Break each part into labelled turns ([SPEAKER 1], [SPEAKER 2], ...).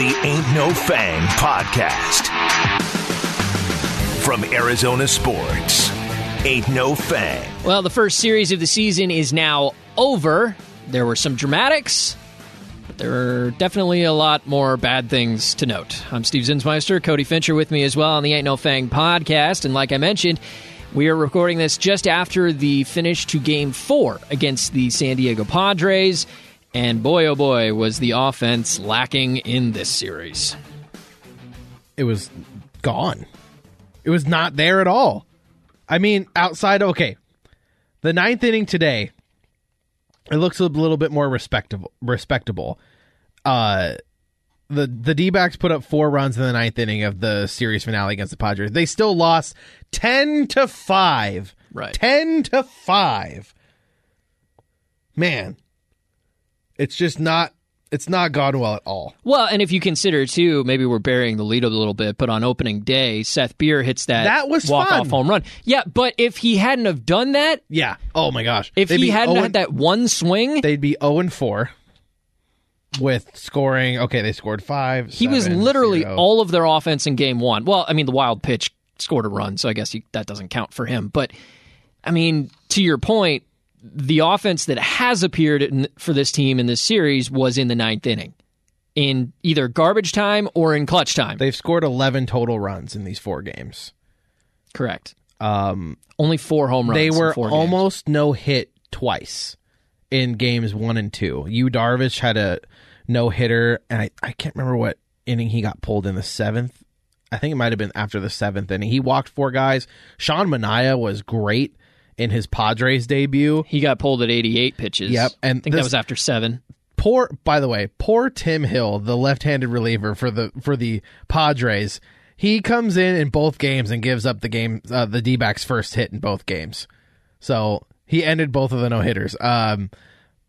[SPEAKER 1] the Ain't No Fang podcast. From Arizona Sports, Ain't No Fang.
[SPEAKER 2] Well, the first series of the season is now over. There were some dramatics, but there were definitely a lot more bad things to note. I'm Steve Zinsmeister, Cody Fincher with me as well on the Ain't No Fang podcast. And like I mentioned, we are recording this just after the finish to game four against the San Diego Padres. And boy, oh boy, was the offense lacking in this series.
[SPEAKER 3] it was gone. It was not there at all. I mean, outside okay, the ninth inning today, it looks a little bit more respectable. Respectable. Uh, the the D backs put up four runs in the ninth inning of the series finale against the Padres. They still lost ten to five.
[SPEAKER 2] Right.
[SPEAKER 3] ten to five. Man, it's just not. It's not gone well at all.
[SPEAKER 2] Well, and if you consider too, maybe we're burying the lead a little bit, but on opening day, Seth Beer hits that
[SPEAKER 3] That was
[SPEAKER 2] walk-off
[SPEAKER 3] fun.
[SPEAKER 2] home run. Yeah, but if he hadn't have done that,
[SPEAKER 3] Yeah. Oh my gosh.
[SPEAKER 2] if
[SPEAKER 3] They'd
[SPEAKER 2] he
[SPEAKER 3] be
[SPEAKER 2] hadn't
[SPEAKER 3] 0
[SPEAKER 2] had that one swing,
[SPEAKER 3] they'd be 0 and 4 with scoring okay they scored 5
[SPEAKER 2] he was
[SPEAKER 3] seven,
[SPEAKER 2] literally
[SPEAKER 3] zero.
[SPEAKER 2] all of their offense in game 1. Well, I mean the wild pitch scored a run, so I guess he, that doesn't count for him, but I mean, to your point, the offense that has appeared in, for this team in this series was in the ninth inning, in either garbage time or in clutch time.
[SPEAKER 3] they've scored 11 total runs in these four games
[SPEAKER 2] Correct.
[SPEAKER 3] um
[SPEAKER 2] Only four home runs.
[SPEAKER 3] they
[SPEAKER 2] in
[SPEAKER 3] were
[SPEAKER 2] four games.
[SPEAKER 3] almost no hit twice in games 1 and 2 you darvish had a no hitter and I, I can't remember what inning he got pulled in the 7th I think it might have been after the 7th inning he walked four guys Sean Mania was great in his Padres debut
[SPEAKER 2] He got pulled at 88 pitches.
[SPEAKER 3] Yep, and
[SPEAKER 2] I think that
[SPEAKER 3] this-
[SPEAKER 2] was after seven.
[SPEAKER 3] poor by the way poor tim hill the left-handed reliever for the for the padres he comes in in both games and gives up the game uh, the d-backs first hit in both games so he ended both of the no-hitters um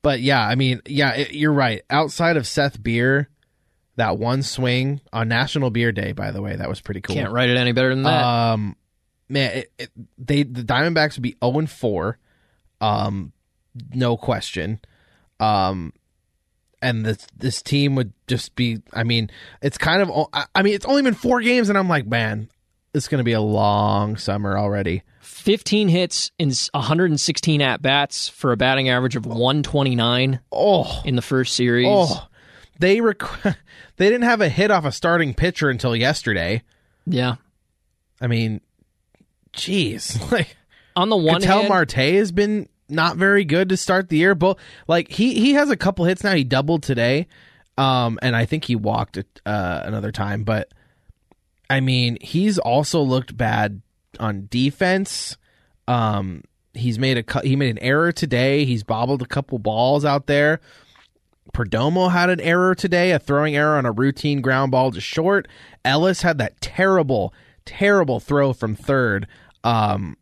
[SPEAKER 3] but yeah i mean yeah it, you're right outside of seth beer that one swing on national beer day by the way that was pretty cool
[SPEAKER 2] Can't write it any better than that.
[SPEAKER 3] um, man, it, it, they the Diamondbacks would be zero and four, um, no question, um, and this this team would just be. I mean, it's kind of. o- I, I mean, it's only been four games, and I'm like, man, it's going to be a long summer already.
[SPEAKER 2] 15 hits in s- 116 at bats for a batting average of 129
[SPEAKER 3] Oh,
[SPEAKER 2] in the first series.
[SPEAKER 3] oh, they rec- they didn't have a hit off a starting pitcher until yesterday.
[SPEAKER 2] Yeah.
[SPEAKER 3] I mean, jeez, like.
[SPEAKER 2] On the one
[SPEAKER 3] Cattell
[SPEAKER 2] hand,
[SPEAKER 3] Marte has been not very good to start the year, but like he he has a couple hits now. He doubled today, um, and I think he walked uh, another time. But I mean, he's also looked bad on defense. Um, he's made a cou- he made an error today. He's bobbled a couple balls out there. Perdomo had an error today, a throwing error on a routine ground ball to short. Ellis had that terrible, terrible throw from third. Um,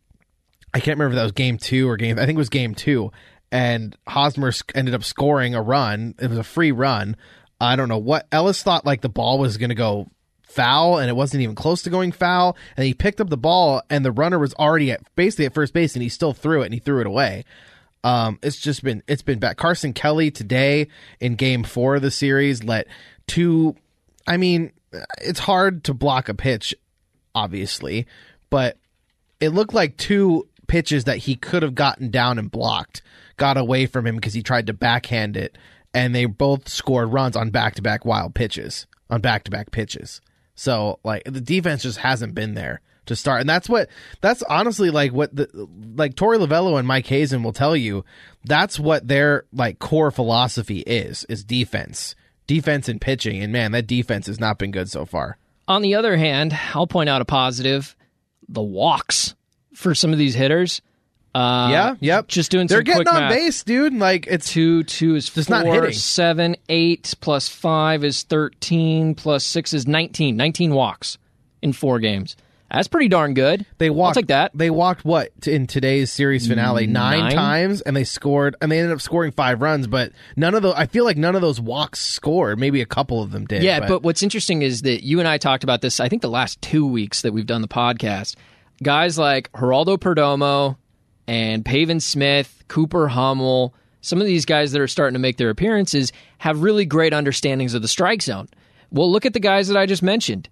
[SPEAKER 3] I can't remember if that was game two or game. I think it was game two, and Hosmer sc- ended up scoring a run. It was a free run. I don't know what Ellis thought. Like the ball was going to go foul, and it wasn't even close to going foul. And he picked up the ball, and the runner was already at basically at first base, and he still threw it, and he threw it away. Um, it's just been it's been bad. Carson Kelly today in game four of the series let two. I mean, it's hard to block a pitch, obviously, but it looked like two pitches that he could have gotten down and blocked got away from him because he tried to backhand it, and they both scored runs on back to back wild pitches on back to back pitches. So like the defense just hasn't been there to start, and that's what that's honestly like what the like Tori Lavello and Mike Hazen will tell you. That's what their like core philosophy is is defense, defense and pitching, and man, that defense has not been good so far.
[SPEAKER 2] on the other hand, I'll point out a positive: the walks for some of these hitters. Uh,
[SPEAKER 3] yeah, yep.
[SPEAKER 2] Just doing.
[SPEAKER 3] They're
[SPEAKER 2] some
[SPEAKER 3] getting
[SPEAKER 2] quick
[SPEAKER 3] on
[SPEAKER 2] math.
[SPEAKER 3] base, dude. Like it's
[SPEAKER 2] Two two is
[SPEAKER 3] Just
[SPEAKER 2] four.
[SPEAKER 3] not hitting.
[SPEAKER 2] Seven eight plus five is thirteen. Plus six is nineteen. Nineteen walks in four games. That's pretty darn good.
[SPEAKER 3] They walked
[SPEAKER 2] I'll take that.
[SPEAKER 3] They walked what t- in today's series finale nine,
[SPEAKER 2] Nine?
[SPEAKER 3] times, and they scored, and they ended up scoring five runs. But none of the, I feel like none of those walks scored. Maybe a couple of them did.
[SPEAKER 2] Yeah, but, what's interesting is that you and I talked about this. I think the last two weeks that we've done the podcast, guys like Geraldo Perdomo and Paven Smith, Cooper Hummel, some of these guys that are starting to make their appearances have really great understandings of the strike zone. Well, look at the guys that I just mentioned.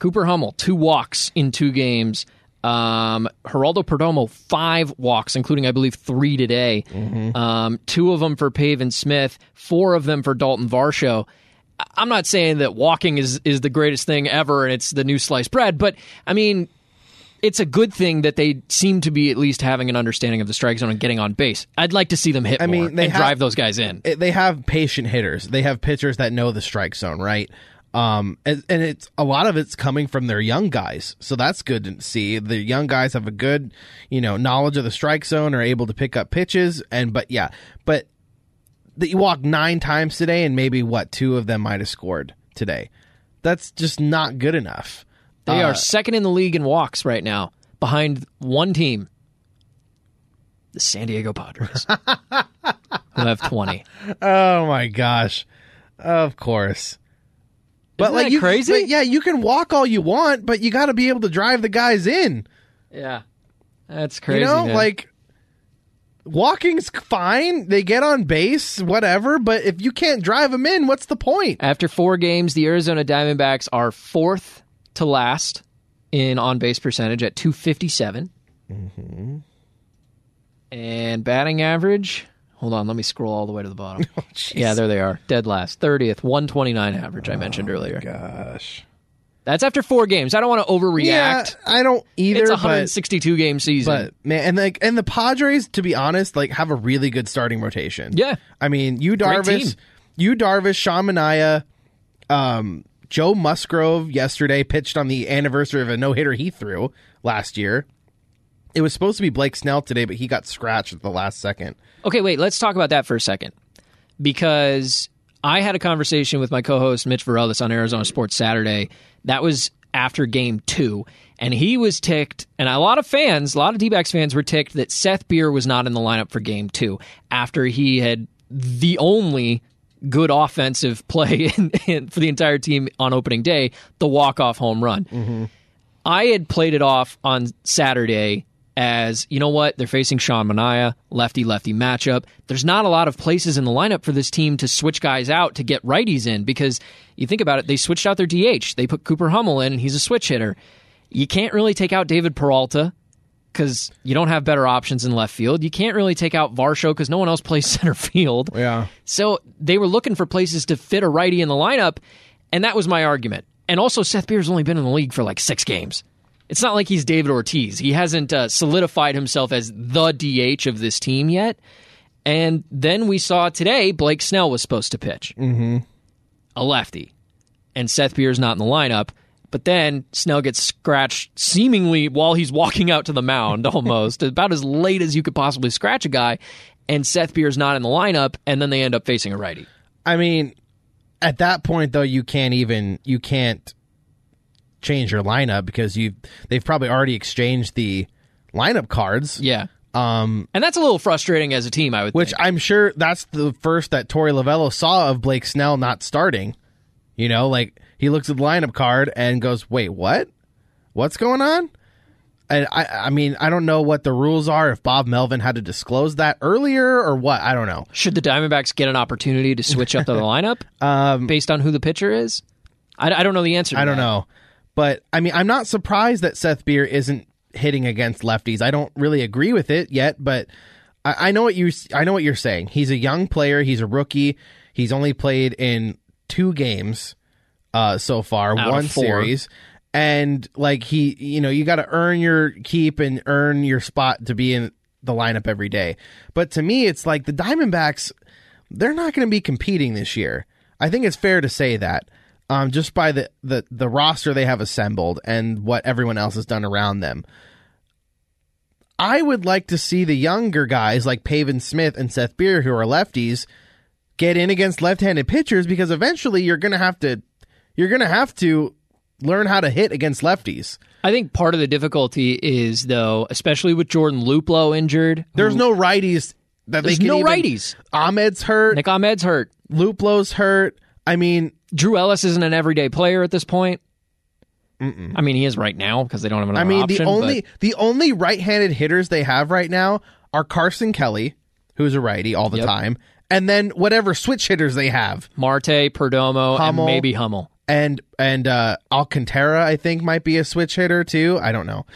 [SPEAKER 2] Cooper Hummel, two walks in two games. Um, Geraldo Perdomo, five walks, including, I believe, three today.
[SPEAKER 3] Mm-hmm.
[SPEAKER 2] Um, two of them for Paven Smith, four of them for Dalton Varsho. I- I'm not saying that walking is, is the greatest thing ever and it's the new sliced bread, but I mean, it's a good thing that they seem to be at least having an understanding of the strike zone and getting on base. I'd like to see them hit
[SPEAKER 3] I mean,
[SPEAKER 2] more
[SPEAKER 3] they
[SPEAKER 2] and
[SPEAKER 3] have-
[SPEAKER 2] drive those guys in.
[SPEAKER 3] it- they have patient hitters. They have pitchers that know the strike zone, right? Um, and, and it's a lot of it's coming from their young guys, so that's good to see. The young guys have a good, you know, knowledge of the strike zone, are able to pick up pitches, and but yeah, but that you walked nine times today, and maybe what two of them might have scored today. That's just not good enough.
[SPEAKER 2] They
[SPEAKER 3] Uh,
[SPEAKER 2] are second in the league in walks right now, behind one team, the San Diego Padres, who have twenty.
[SPEAKER 3] Oh my gosh. Of course. But
[SPEAKER 2] Isn't
[SPEAKER 3] like
[SPEAKER 2] that
[SPEAKER 3] you
[SPEAKER 2] crazy?
[SPEAKER 3] but yeah, you can walk all you want, but you got to be able to drive the guys in.
[SPEAKER 2] Yeah, that's crazy.
[SPEAKER 3] you know,
[SPEAKER 2] man.
[SPEAKER 3] like walking's fine. They get on base, whatever, but if you can't drive them in, what's the point?
[SPEAKER 2] after four games, the Arizona Diamondbacks are fourth to last in on base percentage at two
[SPEAKER 3] Mm-hmm.
[SPEAKER 2] and batting average. Hold on, let me scroll all the way to the bottom.
[SPEAKER 3] Oh,
[SPEAKER 2] yeah, there they are, dead last, thirtieth, one twenty nine average. I mentioned
[SPEAKER 3] Oh,
[SPEAKER 2] earlier.
[SPEAKER 3] Gosh.
[SPEAKER 2] That's after four games. I don't want to overreact.
[SPEAKER 3] Yeah, I don't either.
[SPEAKER 2] it's a
[SPEAKER 3] but-
[SPEAKER 2] 162 game season.
[SPEAKER 3] But man, and like, and the Padres, to be honest, like have a really good starting rotation.
[SPEAKER 2] Yeah.
[SPEAKER 3] I mean, you
[SPEAKER 2] Great team.
[SPEAKER 3] Darvish, you Darvish, Sean Mania, um, Joe Musgrove yesterday pitched on the anniversary of a no hitter he threw last year. It was supposed to be Blake Snell today, but he got scratched at the last second.
[SPEAKER 2] okay, wait, let's talk about that for a second. Because I had a conversation with my co host Mitch Varelis on Arizona Sports Saturday. That was after game two. And he was ticked, and a lot of fans, a lot of D backs fans were ticked that Seth Beer was not in the lineup for game two after he had the only good offensive play in, in, for the entire team on opening day, the walk off home run. I had played it off on Saturday as you know what they're facing Sean Mania lefty lefty matchup. There's not a lot of places in the lineup for this team to switch guys out to get righties in because you think about it, they switched out their DH. They put Cooper Hummel in, and he's a switch hitter. You can't really take out David Peralta because you don't have better options in left field. You can't really take out Varsho because no one else plays center field.
[SPEAKER 3] Yeah.
[SPEAKER 2] So they were looking for places to fit a righty in the lineup, and that was my argument. And also, Seth Beer's only been in the league for like six games. It's not like he's David Ortiz. He hasn't uh, solidified himself as the DH of this team yet. And then we saw today Blake Snell was supposed to pitch, mm-hmm. a lefty, and Seth Beer's not in the lineup. But then Snell gets scratched seemingly while he's walking out to the mound almost, about as late as you could possibly scratch a guy. And Seth Beer's not in the lineup, and then they end up facing a righty.
[SPEAKER 3] I mean, at that point though, you can't even you can't change your lineup because you they've probably already exchanged the lineup cards.
[SPEAKER 2] Yeah. Um, and that's a little frustrating as a team, I would
[SPEAKER 3] Which
[SPEAKER 2] think.
[SPEAKER 3] I'm sure that's the first that Tori Lavello saw of Blake Snell not starting. You know, like he looks at the lineup card and goes, "Wait, what? What's going on?" And I, I mean, I don't know what the rules are. If Bob Melvin had to disclose that earlier or what, I don't know.
[SPEAKER 2] Should the Diamondbacks get an opportunity to switch up the lineup based on who the pitcher is? I, I don't know the answer. To
[SPEAKER 3] Um, I don't know. But I mean, I'm not surprised that Seth Beer isn't hitting against lefties. I don't really agree with it yet, but I, I know what you I know what you're saying. He's a young player. He's a rookie. He's only played in two games uh, so far,
[SPEAKER 2] Out of
[SPEAKER 3] one
[SPEAKER 2] four.
[SPEAKER 3] series, and like he, you know, you got to earn your keep and earn your spot to be in the lineup every day. But to me, it's like the Diamondbacks they're not going to be competing this year. I think it's fair to say that, um, just by the, the the roster they have assembled and what everyone else has done around them. I would like to see the younger guys like Paven Smith and Seth Beer, who are lefties, get in against left-handed pitchers because eventually you're going to have to you're going to have to learn how to hit against lefties.
[SPEAKER 2] I think part of the difficulty is, though, especially with Jordan Luplo injured,
[SPEAKER 3] There's no righties that
[SPEAKER 2] There's
[SPEAKER 3] they can
[SPEAKER 2] no
[SPEAKER 3] even-
[SPEAKER 2] righties.
[SPEAKER 3] Ahmed's hurt,
[SPEAKER 2] Nick Ahmed's hurt.
[SPEAKER 3] Luplo's hurt. I mean,
[SPEAKER 2] Drew Ellis isn't an everyday player at this point. I mean, he is right now because they don't have another
[SPEAKER 3] I mean,
[SPEAKER 2] option,
[SPEAKER 3] the only
[SPEAKER 2] but-
[SPEAKER 3] the only right-handed hitters they have right now are Carson Kelly, who's a righty all the time, and then whatever switch hitters they have.
[SPEAKER 2] Marte, Perdomo,
[SPEAKER 3] Hummel.
[SPEAKER 2] and maybe Hummel.
[SPEAKER 3] and and uh Alcantara I think might be a switch hitter too. I don't know.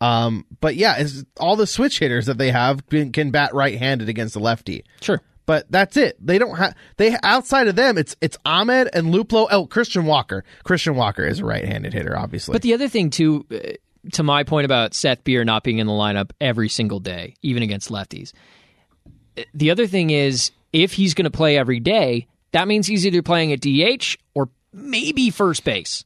[SPEAKER 3] Um but yeah, it's, all the switch hitters that they have can, can bat right-handed against the lefty.
[SPEAKER 2] Sure.
[SPEAKER 3] But that's it. They don't have they outside of them it's it's Ahmed and Luplo oh Christian Walker. Christian Walker is a right-handed hitter obviously.
[SPEAKER 2] But the other thing too, uh, to my point about Seth Beer not being in the lineup every single day, even against lefties. uh, The other thing is, if he's going to play every day, that means he's either playing at DH or maybe first base.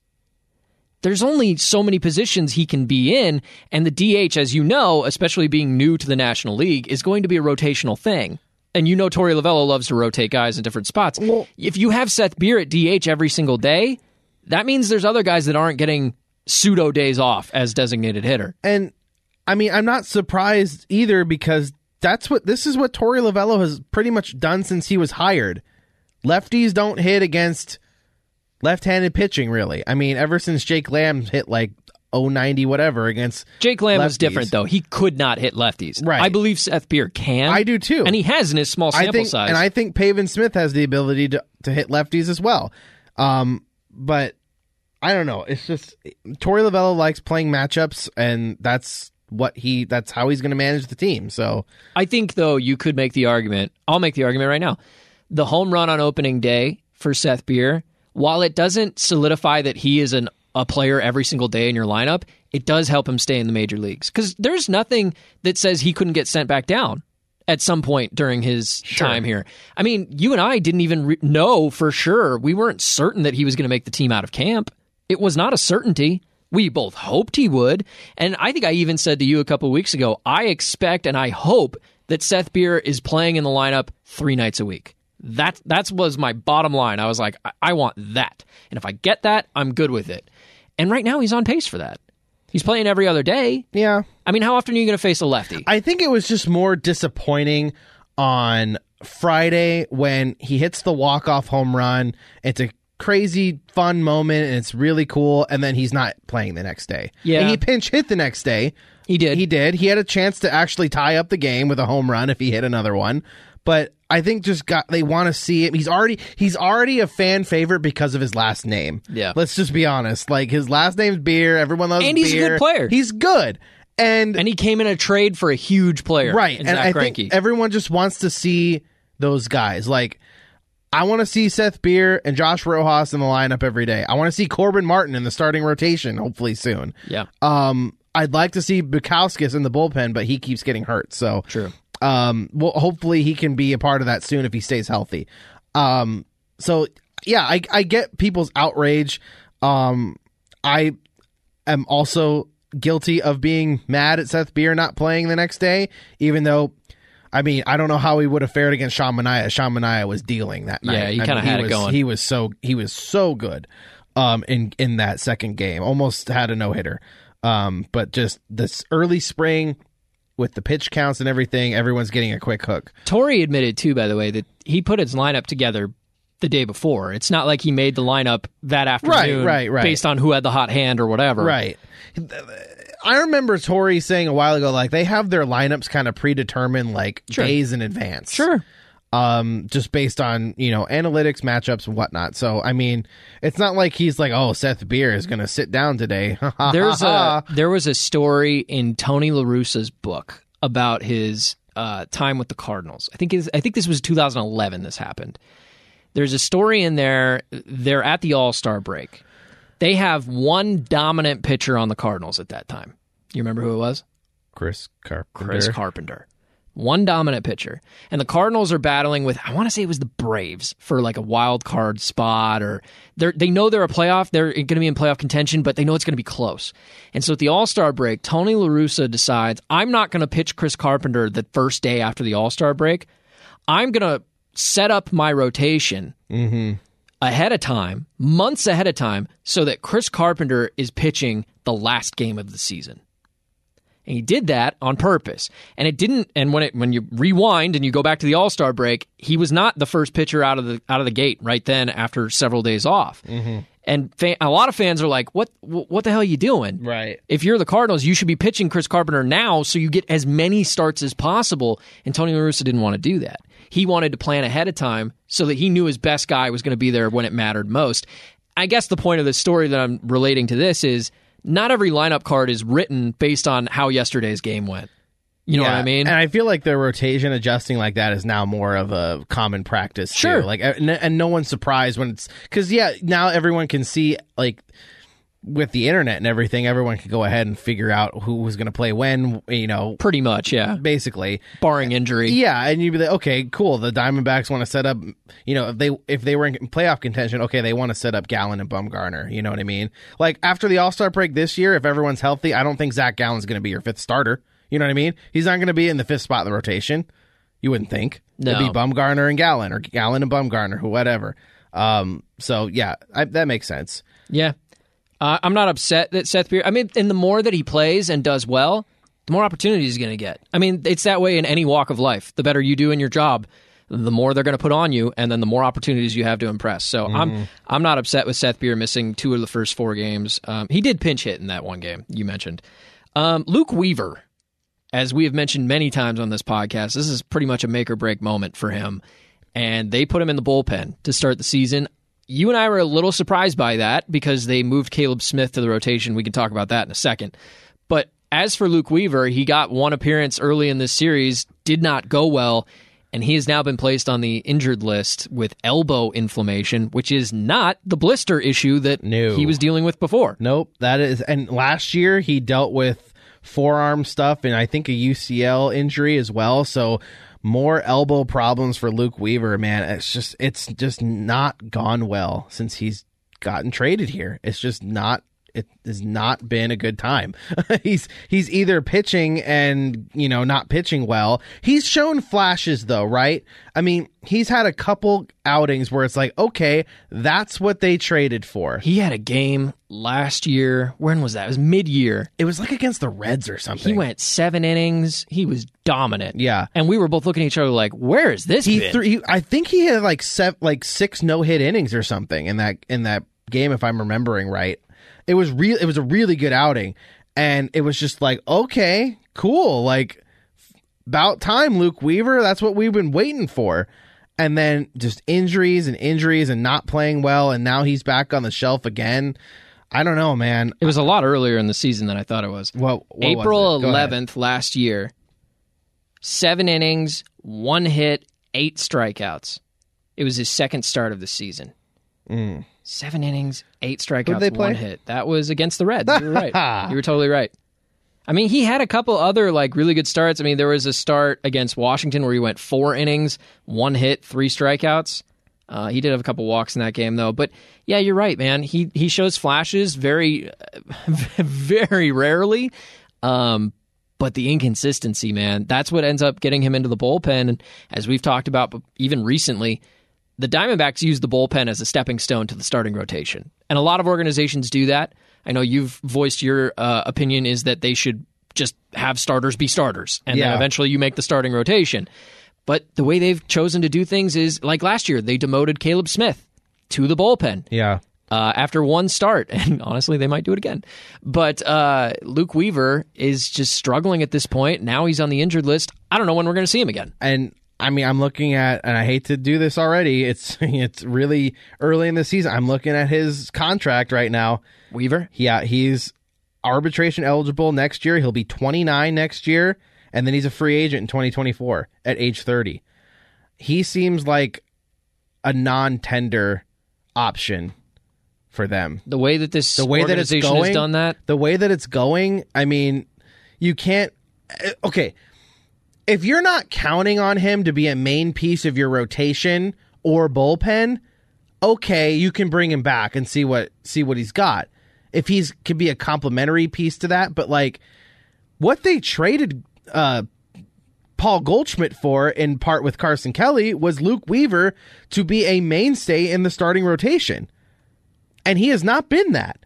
[SPEAKER 2] There's only so many positions he can be in, and the DH, as you know, especially being new to the National League, is going to be a rotational thing. And you know, Tori Lavello loves to rotate guys in different spots. if you have Seth Beer at DH every single day, that means there's other guys that aren't getting pseudo days off as designated hitter.
[SPEAKER 3] And I mean, I'm not surprised either because that's what this is what Tori Lavello has pretty much done since he was hired. Lefties don't hit against left-handed pitching really. I mean, ever since Jake Lamb hit like 090 whatever against
[SPEAKER 2] Jake Lamb was
[SPEAKER 3] Lefties.
[SPEAKER 2] different though; he could not hit lefties.
[SPEAKER 3] Right.
[SPEAKER 2] I believe Seth Beer can.
[SPEAKER 3] I do, too.
[SPEAKER 2] and he has in his small sample
[SPEAKER 3] I think
[SPEAKER 2] size.
[SPEAKER 3] and I think Paven Smith has the ability to to hit lefties as well. Um but I don't know. It's just Tori Lavello likes playing matchups and that's what he that's how he's going to manage the team. So
[SPEAKER 2] I think though you could make the argument. I'll make the argument right now. The home run on opening day for Seth Beer, while it doesn't solidify that he is an a player every single day in your lineup, it does help him stay in the major leagues because there's nothing that says he couldn't get sent back down at some point during his time here. I mean, you and I didn't even re- know for sure. We weren't certain that he was going to make the team out of camp. It was not a certainty. We both hoped he would. And I think I even said to you a couple weeks ago, I expect and I hope that Seth Beer is playing in the lineup three nights a week. That that was my bottom line. I was like, I, I want that. And if I get that, I'm good with it. And right now he's on pace for that. He's playing every other day.
[SPEAKER 3] yeah,
[SPEAKER 2] I mean, how often are you going to face a lefty?
[SPEAKER 3] I think it was just more disappointing on Friday when he hits the walk off home run. It's a crazy fun moment and it's really cool. And then he's not playing the next day.
[SPEAKER 2] Yeah.
[SPEAKER 3] And he pinch hit the next day.
[SPEAKER 2] he did.
[SPEAKER 3] He did. He had a chance to actually tie up the game with a home run if he hit another one. But I think just got they want to see him. He's already he's already a fan favorite because of his last name.
[SPEAKER 2] Yeah.
[SPEAKER 3] Let's just be honest. Like his last name's Beer. Everyone loves
[SPEAKER 2] And he's a good
[SPEAKER 3] Beer.
[SPEAKER 2] player.
[SPEAKER 3] He's good. And
[SPEAKER 2] and he came in a trade for a huge player,
[SPEAKER 3] right
[SPEAKER 2] in
[SPEAKER 3] and
[SPEAKER 2] Zach
[SPEAKER 3] i
[SPEAKER 2] Greinke.
[SPEAKER 3] think everyone just wants to see those guys like i want to see seth beer and josh rojas in the lineup every day i want to see corbin martin in the starting rotation hopefully soon
[SPEAKER 2] yeah,
[SPEAKER 3] um i'd like to see bukowskis in the bullpen but he keeps getting hurt so
[SPEAKER 2] true.
[SPEAKER 3] um well hopefully he can be a part of that soon if he stays healthy um so yeah i i get people's outrage um i am also guilty of being mad at seth beer not playing the next day even though I mean, I don't know how he would have fared against Sean Mania. Sean Mania was dealing that night.
[SPEAKER 2] Yeah, he
[SPEAKER 3] I mean,
[SPEAKER 2] kinda had it
[SPEAKER 3] was-
[SPEAKER 2] going.
[SPEAKER 3] He was so he was so good um in in that second game. Almost had a no-hitter. Um but just this early spring with the pitch counts and everything, everyone's getting a quick hook.
[SPEAKER 2] Tori admitted too, by the way, that he put his lineup together the day before. It's not like he made the lineup that afternoon,
[SPEAKER 3] right, right.
[SPEAKER 2] based on who had the hot hand or whatever,
[SPEAKER 3] Right. I remember Tori saying a while ago like they have their lineups kind of predetermined like days in advance.
[SPEAKER 2] Sure.
[SPEAKER 3] um, just based on you know analytics, matchups, and whatnot. So I mean, it's not like he's like, oh, Seth Beer is going to sit down today.
[SPEAKER 2] There's a there was a story in Tony LaRussa's book about his uh, time with the Cardinals. I think his, I think this was 2011. This happened. There's a story in there. They're at the All Star break. They have one dominant pitcher on the Cardinals at that time. You remember who it was?
[SPEAKER 3] Chris Carpenter.
[SPEAKER 2] Chris Carpenter. One dominant pitcher. And the Cardinals are battling with I want to say it was the Braves for like a wild card spot or they are they know they're a playoff, they're going to be in playoff contention, but they know it's going to be close. And so at the All-Star break, Tony La Russa decides, I'm not going to pitch Chris Carpenter the first day after the All-Star break. I'm going to set up my rotation ahead of time, months ahead of time, so that Chris Carpenter is pitching the last game of the season. And he did that on purpose. And it didn't and when it when you rewind and you go back to the All-Star break, he was not the first pitcher out of the out of the gate right then after several days off. And fan, a lot of fans are like, "What wh- what the hell are you doing?"
[SPEAKER 3] Right.
[SPEAKER 2] If you're the Cardinals, you should be pitching Chris Carpenter now so you get as many starts as possible. And Tony La Russa didn't want to do that. He wanted to plan ahead of time so that he knew his best guy was going to be there when it mattered most. I guess the point of the story that I'm relating to this is not every lineup card is written based on how yesterday's game went. You know what I
[SPEAKER 3] Yeah,
[SPEAKER 2] mean?
[SPEAKER 3] And I feel like the rotation adjusting like that is now more of a common practice. too.
[SPEAKER 2] Sure.
[SPEAKER 3] Like, and, and no one's surprised when it's because yeah, now everyone can see like with the internet and everything, everyone can go ahead and figure out who was going to play when. You know,
[SPEAKER 2] Pretty much, yeah.
[SPEAKER 3] basically.
[SPEAKER 2] Barring injury.
[SPEAKER 3] Yeah, and you'd be like, okay, cool. The Diamondbacks want to set up, you know, if they if they were in playoff contention, okay, they want to set up Gallon and Bumgarner. You know what I mean? Like after the All Star break this year, if everyone's healthy, I don't think Zach Gallen's going to be your fifth starter. You know what I mean? He's not going to be in the fifth spot in the rotation. You wouldn't think.
[SPEAKER 2] No.
[SPEAKER 3] It'd be Bumgarner and Gallon, or Gallon and Bumgarner, who whatever. Um, so yeah, I, that makes sense.
[SPEAKER 2] Yeah. Uh, I'm not upset that Seth Beer. I mean, and the more that he plays and does well, the more opportunities he's going to get. I mean, it's that way in any walk of life. The better you do in your job, the more they're going to put on you, and then the more opportunities you have to impress. So I'm I'm not upset with Seth Beer missing two of the first four games. Um, he did pinch hit in that one game you mentioned. Um, Luke Weaver, as we have mentioned many times on this podcast, this is pretty much a make or break moment for him. And they put him in the bullpen to start the season. You and I were a little surprised by that because they moved Caleb Smith to the rotation. We can talk about that in a second. But as for Luke Weaver, he got one appearance early in this series, did not go well, and he has now been placed on the injured list with elbow inflammation, which is not the blister issue that
[SPEAKER 3] No.
[SPEAKER 2] he was dealing with before.
[SPEAKER 3] Nope, that is. And last year he dealt with forearm stuff and I think a UCL injury as well. So more elbow problems for Luke Weaver, man. It's just it's just not gone well since he's gotten traded here. It's just not it has not been a good time. he's he's either pitching and you know not pitching well. He's shown flashes though, right? I mean, he's had a couple outings where it's like, okay, that's what they traded for.
[SPEAKER 2] He had a game last year. When was that? It was mid year.
[SPEAKER 3] It was like against the Reds or something.
[SPEAKER 2] He went seven innings. He was dominant.
[SPEAKER 3] Yeah.
[SPEAKER 2] And we were both looking at each other like, where is this?
[SPEAKER 3] He
[SPEAKER 2] been?
[SPEAKER 3] threw. He, I think he had like sev like six no hit innings or something in that in that game, if I'm remembering right. It was real. It was a really good outing, and it was just like, okay, cool. Like about time, Luke Weaver. That's what we've been waiting for. And then just injuries and injuries and not playing well, and now he's back on the shelf again. I don't know, man.
[SPEAKER 2] it was a lot earlier in the season than I thought it was.
[SPEAKER 3] What, what was
[SPEAKER 2] April
[SPEAKER 3] it? Go ahead.
[SPEAKER 2] 11th last year, seven innings, one hit, eight strikeouts. It was his second start of the season. Seven innings, eight strikeouts,
[SPEAKER 3] Mm. they play?
[SPEAKER 2] one hit. That was against the Reds. You were right. you were totally right. I mean, he had a couple other like really good starts. I mean, there was a start against Washington where he went four innings, one hit, three strikeouts. Uh, he did have a couple walks in that game though. But yeah, you're right, man. He he shows flashes very, very rarely. Um, but the inconsistency, man, that's what ends up getting him into the bullpen. And as we've talked about b- even recently, the Diamondbacks use the bullpen as a stepping stone to the starting rotation. And a lot of organizations do that. I know you've voiced your uh, opinion is that they should just have starters be starters. And then
[SPEAKER 3] Yeah.
[SPEAKER 2] eventually you make the starting rotation. But the way they've chosen to do things is like last year, they demoted Caleb Smith to the bullpen
[SPEAKER 3] Yeah.
[SPEAKER 2] uh, after one start, and honestly, they might do it again. But uh, Luke Weaver is just struggling at this point. Now he's on the injured list. I don't know when we're going to see him again.
[SPEAKER 3] and I mean, I'm looking at, and I hate to do this already. It's it's really early in the season. I'm looking at his contract right now.
[SPEAKER 2] Weaver,
[SPEAKER 3] Yeah, he's arbitration eligible next year. He'll be 29 next year, and then he's a free agent in 2024 at age 30. He seems like a non-tender option for them
[SPEAKER 2] the way that this
[SPEAKER 3] the way that it's
[SPEAKER 2] organization
[SPEAKER 3] going,
[SPEAKER 2] has done that,
[SPEAKER 3] the way that it's going, I mean, you can't. eh, Okay, if you're not counting on him to be a main piece of your rotation or bullpen, okay, you can bring him back and see what see what he's got. If he's could be a complimentary piece to that, but like what they traded uh, Paul Goldschmidt for in part with Carson Kelly was Luke Weaver to be a mainstay in the starting rotation. And he has not been that.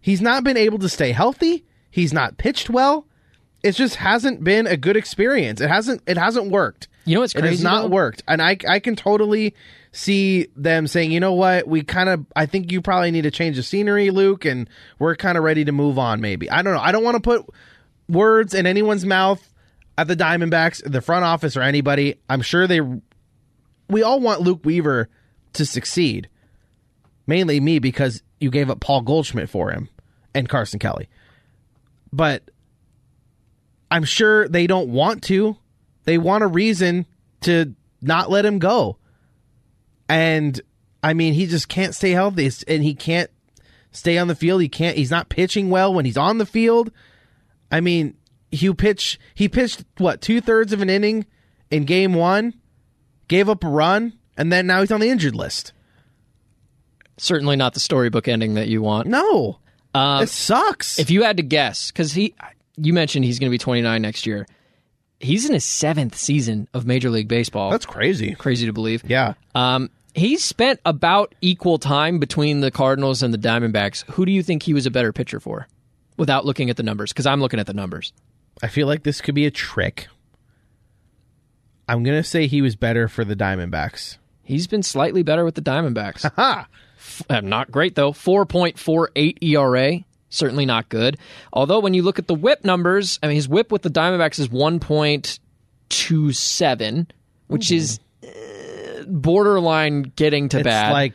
[SPEAKER 3] He's not been able to stay healthy. He's not pitched well. It just hasn't been a good experience. It hasn't it hasn't worked.
[SPEAKER 2] You know what's
[SPEAKER 3] It
[SPEAKER 2] crazy,
[SPEAKER 3] has not
[SPEAKER 2] though?
[SPEAKER 3] worked. And I I can totally see them saying, "You know what? We kind of I think you probably need to change the scenery, Luke, and we're kind of ready to move on maybe." I don't know. I don't want to put words in anyone's mouth at the Diamondbacks, the front office, or anybody. I'm sure they. We all want Luke Weaver to succeed, mainly me because you gave up Paul Goldschmidt for him and Carson Kelly. But I'm sure they don't want to. They want a reason to not let him go. And I mean, he just can't stay healthy It's- and he can't stay on the field. He can't he's not pitching well when he's on the field. I mean, he pitch he pitched what, two thirds of an inning in game one, gave up a run, and then now he's on the injured list.
[SPEAKER 2] Certainly not the storybook ending that you want.
[SPEAKER 3] No. it sucks.
[SPEAKER 2] Um, If you had to guess, because he, you mentioned he's going to be 29 next year. He's in his seventh season of Major League Baseball.
[SPEAKER 3] That's crazy.
[SPEAKER 2] crazy to believe.
[SPEAKER 3] Yeah.
[SPEAKER 2] Um, he spent about equal time between the Cardinals and the Diamondbacks. Who do you think he was a better pitcher for? Without looking at the numbers, because I'm looking at the numbers.
[SPEAKER 3] I feel like this could be a trick. I'm going to say he was better for the Diamondbacks.
[SPEAKER 2] He's been slightly better with the Diamondbacks.
[SPEAKER 3] Ha!
[SPEAKER 2] Uh, not great though. 4.48 ERA, E certainly not good. Although when you look at the whip numbers, I mean his whip with the Diamondbacks is 1.27, which is uh, borderline getting to
[SPEAKER 3] Hmm. It's
[SPEAKER 2] bad.
[SPEAKER 3] like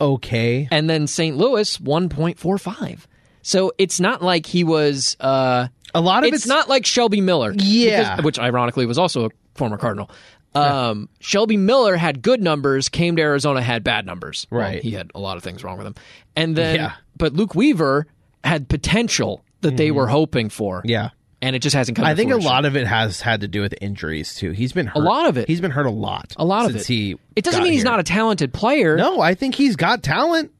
[SPEAKER 3] okay.
[SPEAKER 2] and then St. Louis 1.45. So it's not like he was uh
[SPEAKER 3] A lot of
[SPEAKER 2] it's,
[SPEAKER 3] it's,
[SPEAKER 2] not like Shelby Miller.
[SPEAKER 3] Yeah.
[SPEAKER 2] because- which ironically was also a former Cardinal. Um, Shelby Miller had good numbers, came to Arizona, had bad numbers. Well,
[SPEAKER 3] Right.
[SPEAKER 2] he had a lot of things wrong with him. And then,
[SPEAKER 3] Yeah.
[SPEAKER 2] but Luke Weaver had potential that they were hoping for.
[SPEAKER 3] Mm-hmm. Yeah.
[SPEAKER 2] And it just hasn't come
[SPEAKER 3] I
[SPEAKER 2] to
[SPEAKER 3] think a
[SPEAKER 2] fruition.
[SPEAKER 3] lot of it has had to do with injuries too. He's been hurt. A
[SPEAKER 2] lot of it.
[SPEAKER 3] He's been hurt a lot.
[SPEAKER 2] A lot of
[SPEAKER 3] since
[SPEAKER 2] it.
[SPEAKER 3] He
[SPEAKER 2] It doesn't
[SPEAKER 3] got
[SPEAKER 2] mean he's
[SPEAKER 3] here.
[SPEAKER 2] not a talented player.
[SPEAKER 3] No, I think he's got talent.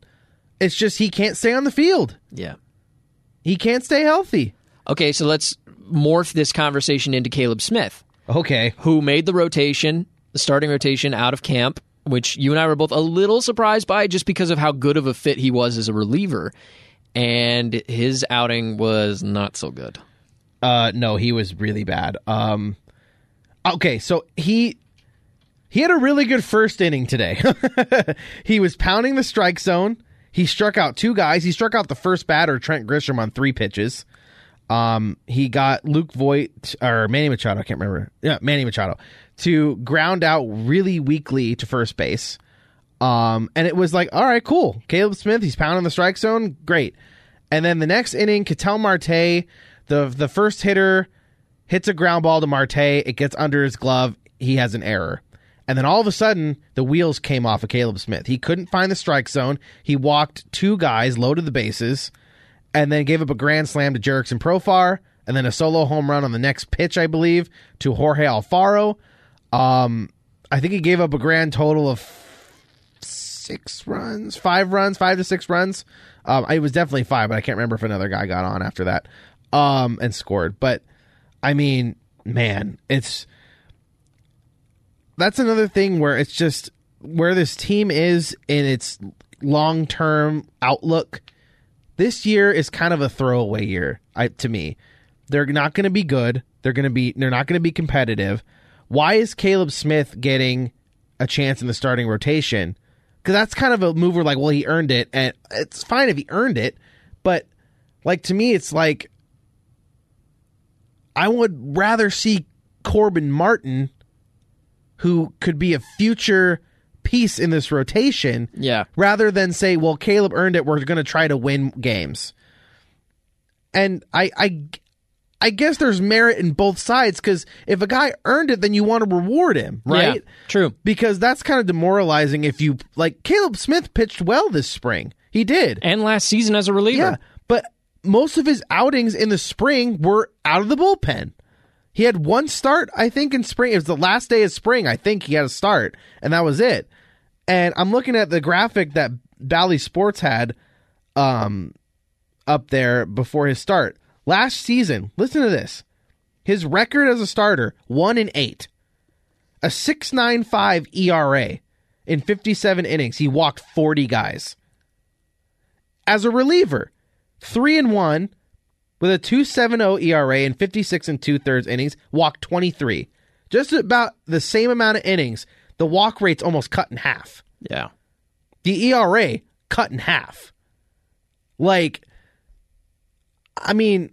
[SPEAKER 3] It's just he can't stay on the field.
[SPEAKER 2] Yeah.
[SPEAKER 3] He can't stay healthy.
[SPEAKER 2] Okay, so let's morph this conversation into Caleb Smith.
[SPEAKER 3] Okay.
[SPEAKER 2] who made the rotation, the starting rotation out of camp, which you and I were both a little surprised by just because of how good of a fit he was as a reliever. And his outing was not so good.
[SPEAKER 3] Uh no, he was really bad. Um Okay, so he he had a really good first inning today. he was pounding the strike zone. He struck out two guys. He struck out the first batter, Trent Grisham, on three pitches. Um, he got Luke Voigt or Manny Machado, I can't remember. Yeah, Manny Machado to ground out really weakly to first base. Um, and it was like, all right, cool. Caleb Smith, he's pounding the strike zone, great. And then the next inning, Cattell Marte, the the first hitter hits a ground ball to Marte. It gets under his glove. He has an error. And then all of a sudden, the wheels came off of Caleb Smith. He couldn't find the strike zone. He walked two guys, loaded the bases, and then gave up a grand slam to Jerickson Profar, and then a solo home run on the next pitch, I believe, to Jorge Alfaro. Um, I think he gave up a grand total of six runs, five runs, five to six runs. Um, it was definitely five, but I can't remember if another guy got on after that um, and scored. But I mean, man, it's that's another thing where it's just where this team is in its long term outlook. This year is kind of a throwaway year I, to me. They're not going to be good. They're going to be. They're not going to be competitive. Why is Caleb Smith getting a chance in the starting rotation? Because that's kind of a move where like, well, he earned it, and it's fine if he earned it. But like to me, it's like I would rather see Corbin Martin, who could be a future piece in this rotation,
[SPEAKER 2] Yeah.
[SPEAKER 3] rather than say, well, Caleb earned it. We're going to try to win games. And I, I, I guess there's merit in both sides because if a guy earned it, then you want to reward him, right?
[SPEAKER 2] Yeah, true.
[SPEAKER 3] Because that's kind of demoralizing if you like Caleb Smith pitched well this spring. He did.
[SPEAKER 2] And last season as a reliever.
[SPEAKER 3] Yeah, but most of his outings in the spring were out of the bullpen. He had one start, I think, in spring. It was the last day of spring. I think he had a start, and that was it. And I'm looking at the graphic that Bally Sports had um, up there before his start last season. Listen to this: his record as a starter, one and eight, a six nine five ERA in 57 innings. He walked 40 guys as a reliever. Three and one with a 2.70 ERA in 56 E and two thirds innings, walked 23. Just about the same amount of innings. The walk rate's almost cut in half.
[SPEAKER 2] Yeah.
[SPEAKER 3] The ERA cut in half. Like, I mean,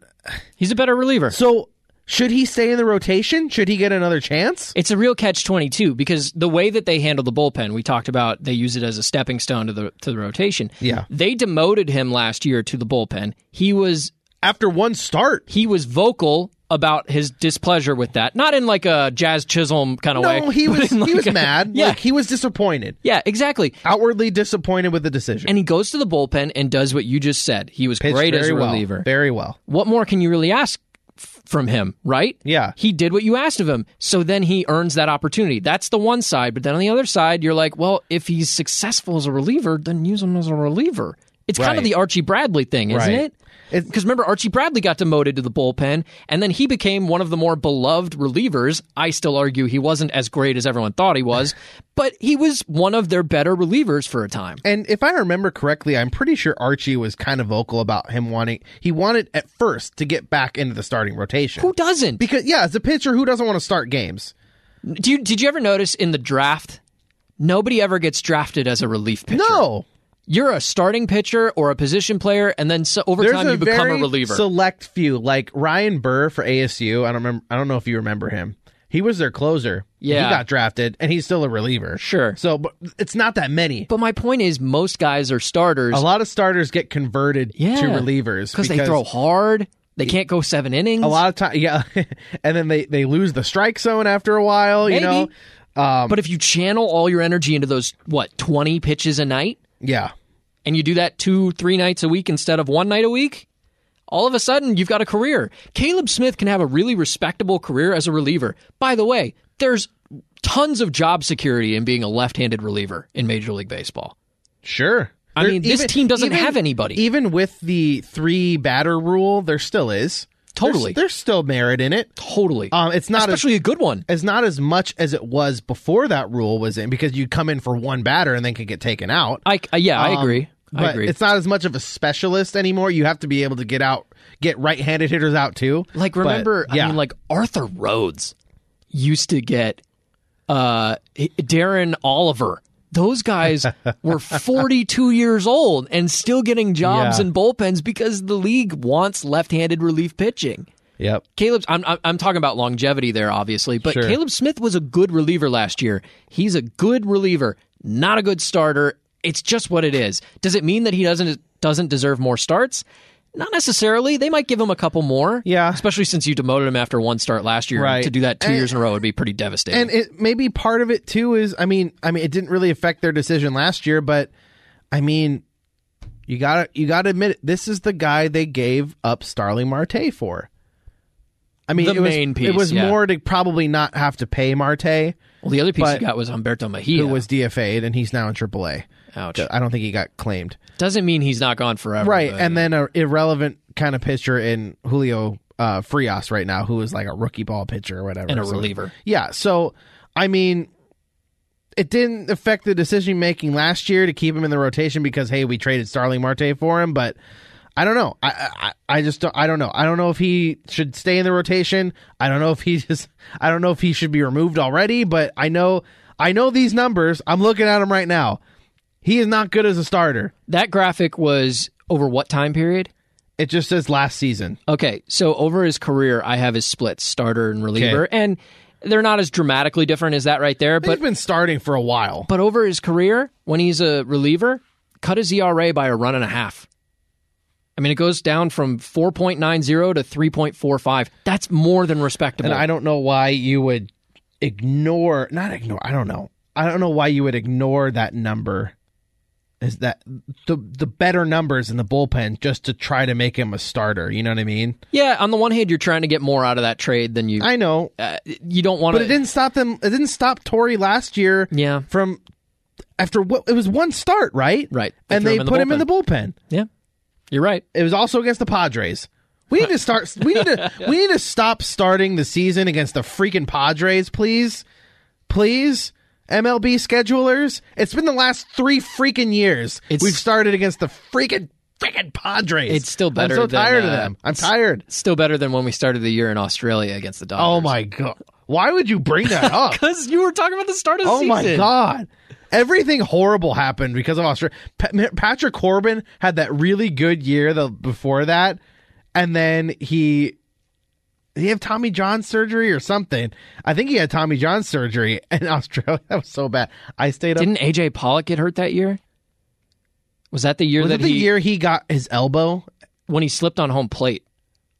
[SPEAKER 2] He's a better reliever.
[SPEAKER 3] so Should he stay in the rotation? Should he get another chance?
[SPEAKER 2] It's a real catch twenty two because the way that they handle the bullpen, we talked about, they use it as a stepping stone to the to the rotation.
[SPEAKER 3] Yeah.
[SPEAKER 2] they demoted him last year to the bullpen. He was
[SPEAKER 3] After one start.
[SPEAKER 2] he was vocal about his displeasure with that, not in like a Jazz Chisholm kind of way.
[SPEAKER 3] No, he
[SPEAKER 2] but
[SPEAKER 3] was
[SPEAKER 2] in
[SPEAKER 3] he
[SPEAKER 2] like
[SPEAKER 3] was
[SPEAKER 2] a-
[SPEAKER 3] mad.
[SPEAKER 2] Yeah,
[SPEAKER 3] Like he was disappointed.
[SPEAKER 2] yeah, exactly.
[SPEAKER 3] Outwardly disappointed with the decision.
[SPEAKER 2] And he goes to the bullpen and does what you just said. He was
[SPEAKER 3] Pitched
[SPEAKER 2] great as a
[SPEAKER 3] very well.
[SPEAKER 2] reliever.
[SPEAKER 3] Very well.
[SPEAKER 2] what more can you really ask f- from him, right?
[SPEAKER 3] Yeah.
[SPEAKER 2] He did what you asked of him. So then he earns that opportunity. That's the one side. But then on the other side, you're like, well, if he's successful as a reliever, then use him as a reliever. It's kind
[SPEAKER 3] Right.
[SPEAKER 2] of the Archie Bradley thing, isn't
[SPEAKER 3] Right.
[SPEAKER 2] it?
[SPEAKER 3] It's-
[SPEAKER 2] Because remember, Archie Bradley got demoted to the bullpen, and then he became one of the more beloved relievers. I still argue he wasn't as great as everyone thought he was, but he was one of their better relievers for a time.
[SPEAKER 3] And if I remember correctly, I'm pretty sure Archie was kind of vocal about him wanting he wanted at first to get back into the starting rotation.
[SPEAKER 2] Who doesn't?
[SPEAKER 3] because yeah, as a pitcher, who doesn't want to start games?
[SPEAKER 2] Do you, did you ever notice in the draft, nobody ever gets drafted as a relief pitcher?
[SPEAKER 3] No,
[SPEAKER 2] You're a starting pitcher or a position player, and then so, over
[SPEAKER 3] there's
[SPEAKER 2] time
[SPEAKER 3] a
[SPEAKER 2] you become a
[SPEAKER 3] very
[SPEAKER 2] reliever.
[SPEAKER 3] select few, like Ryan Burr for ASU. I don't remember. I don't know if you remember him. He was their closer.
[SPEAKER 2] Yeah.
[SPEAKER 3] he got drafted, and he's still a reliever.
[SPEAKER 2] Sure.
[SPEAKER 3] So, but it's not that many.
[SPEAKER 2] but my point is, most guys are starters
[SPEAKER 3] a lot of starters get converted
[SPEAKER 2] Yeah.
[SPEAKER 3] to relievers
[SPEAKER 2] because they throw hard. They can't go seven innings.
[SPEAKER 3] a lot of time. Yeah, and then they they lose the strike zone after a while. You
[SPEAKER 2] Maybe.
[SPEAKER 3] know.
[SPEAKER 2] but if you channel all your energy into those what twenty pitches a night,
[SPEAKER 3] Yeah.
[SPEAKER 2] and you do that two, three nights a week instead of one night a week, all of a sudden you've got a career. Caleb Smith can have a really respectable career as a reliever. By the way, there's tons of job security in being a left-handed reliever in Major League Baseball.
[SPEAKER 3] Sure.
[SPEAKER 2] I mean, this team doesn't have anybody.
[SPEAKER 3] Even with the three batter rule, there still is.
[SPEAKER 2] Totally.
[SPEAKER 3] There's, there's still merit in it.
[SPEAKER 2] Totally.
[SPEAKER 3] Um, it's not as,
[SPEAKER 2] Especially a good one.
[SPEAKER 3] as not as much as it was before that rule was in because you'd come in for one batter and then could get taken out. Um,
[SPEAKER 2] I, I- yeah, I agree. I
[SPEAKER 3] but
[SPEAKER 2] agree.
[SPEAKER 3] It's not as much of a specialist anymore. You have to be able to get out, get right-handed hitters out too.
[SPEAKER 2] Like
[SPEAKER 3] But,
[SPEAKER 2] remember, I
[SPEAKER 3] yeah.
[SPEAKER 2] mean, like Arthur Rhodes used to get uh, Darren Oliver. Those guys were 42 years old and still getting jobs
[SPEAKER 3] Yeah.
[SPEAKER 2] in bullpens because the league wants left-handed relief pitching.
[SPEAKER 3] yep,
[SPEAKER 2] Caleb's I'm I'm- I'm talking about longevity there obviously, but
[SPEAKER 3] Sure.
[SPEAKER 2] Caleb Smith was a good reliever last year. He's a good reliever, not a good starter. It's just what it is. Does it mean that he doesn't doesn't deserve more starts? Not necessarily. They might give him a couple more.
[SPEAKER 3] Yeah.
[SPEAKER 2] Especially since you demoted him after one start last year.
[SPEAKER 3] Right.
[SPEAKER 2] To do that two
[SPEAKER 3] And-
[SPEAKER 2] years in a row would be pretty devastating.
[SPEAKER 3] and it maybe part of it too is I mean, I mean, it didn't really affect their decision last year, but I mean, you got to you got to admit it, this is the guy they gave up Starling Marte for. I mean,
[SPEAKER 2] The
[SPEAKER 3] it was,
[SPEAKER 2] main piece,
[SPEAKER 3] it was
[SPEAKER 2] yeah.
[SPEAKER 3] more to probably not have to pay Marte,
[SPEAKER 2] well, the other piece you
[SPEAKER 3] but-
[SPEAKER 2] got was Humberto Mejia.
[SPEAKER 3] who was DFA'd, and he's now in AAA.
[SPEAKER 2] Ouch. Oh,
[SPEAKER 3] I don't think he got claimed.
[SPEAKER 2] Doesn't mean he's not gone forever.
[SPEAKER 3] Right,
[SPEAKER 2] but-
[SPEAKER 3] and then a irrelevant kind of pitcher in Julio uh, Frias right now, who is like a rookie ball pitcher or whatever,
[SPEAKER 2] and a
[SPEAKER 3] So-
[SPEAKER 2] reliever.
[SPEAKER 3] Yeah, so I mean, it didn't affect the decision making last year to keep him in the rotation because hey, we traded Starling Marte for him, but. I don't know. I, I I just don't. I don't know. I don't know if he should stay in the rotation. I don't know if he just. I don't know if he should be removed already. But I know. I know these numbers. I'm looking at him right now. He is not good as a starter.
[SPEAKER 2] That graphic was over what time period?
[SPEAKER 3] It just says last season.
[SPEAKER 2] Okay, so over his career, I have his splits, starter and reliever, and they're not as dramatically different as that right there. But
[SPEAKER 3] He's been starting for a while.
[SPEAKER 2] but over his career, when he's a reliever, cut his ERA by a run and a half. I mean, it goes down from four point nine zero to three point four five. That's more than respectable.
[SPEAKER 3] And I don't know why you would ignore, not ignore, I don't know. I don't know why you would ignore that number. Is that the the better numbers in the bullpen just to try to make him a starter? You know what I mean?
[SPEAKER 2] yeah, on the one hand, you're trying to get more out of that trade than you.
[SPEAKER 3] I know,
[SPEAKER 2] uh, you don't want
[SPEAKER 3] but it
[SPEAKER 2] to.
[SPEAKER 3] didn't stop them. It didn't stop Tori last year.
[SPEAKER 2] Yeah.
[SPEAKER 3] From after what it was one start, right?
[SPEAKER 2] Right. They
[SPEAKER 3] and
[SPEAKER 2] threw
[SPEAKER 3] they
[SPEAKER 2] him in the
[SPEAKER 3] put him in
[SPEAKER 2] bullpen.
[SPEAKER 3] the bullpen.
[SPEAKER 2] Yeah, you're right.
[SPEAKER 3] It was also against the Padres. We need to start. We need to. We need to stop starting the season against the freaking Padres, please, please. MLB schedulers. It's been the last three freaking years
[SPEAKER 2] It's-
[SPEAKER 3] we've started against the freaking freaking Padres.
[SPEAKER 2] It's still better
[SPEAKER 3] I'm so
[SPEAKER 2] than,
[SPEAKER 3] tired
[SPEAKER 2] uh,
[SPEAKER 3] of them. I'm tired.
[SPEAKER 2] Still better than when we started the year in Australia against the
[SPEAKER 3] Oh
[SPEAKER 2] Dodgers.
[SPEAKER 3] my god! Why would you bring that up?
[SPEAKER 2] Because you were talking about the start of the
[SPEAKER 3] Oh
[SPEAKER 2] season.
[SPEAKER 3] my god. Everything horrible happened because of Australia. Patrick Corbin had that really good year the, before that, and then he Did he have Tommy John surgery or something? I think he had Tommy John surgery in Australia. That was so bad. I stayed up.
[SPEAKER 2] Didn't AJ Pollock get hurt that year? Was that the year
[SPEAKER 3] Was
[SPEAKER 2] that
[SPEAKER 3] it the
[SPEAKER 2] he
[SPEAKER 3] year he got his elbow?
[SPEAKER 2] when he slipped on home plate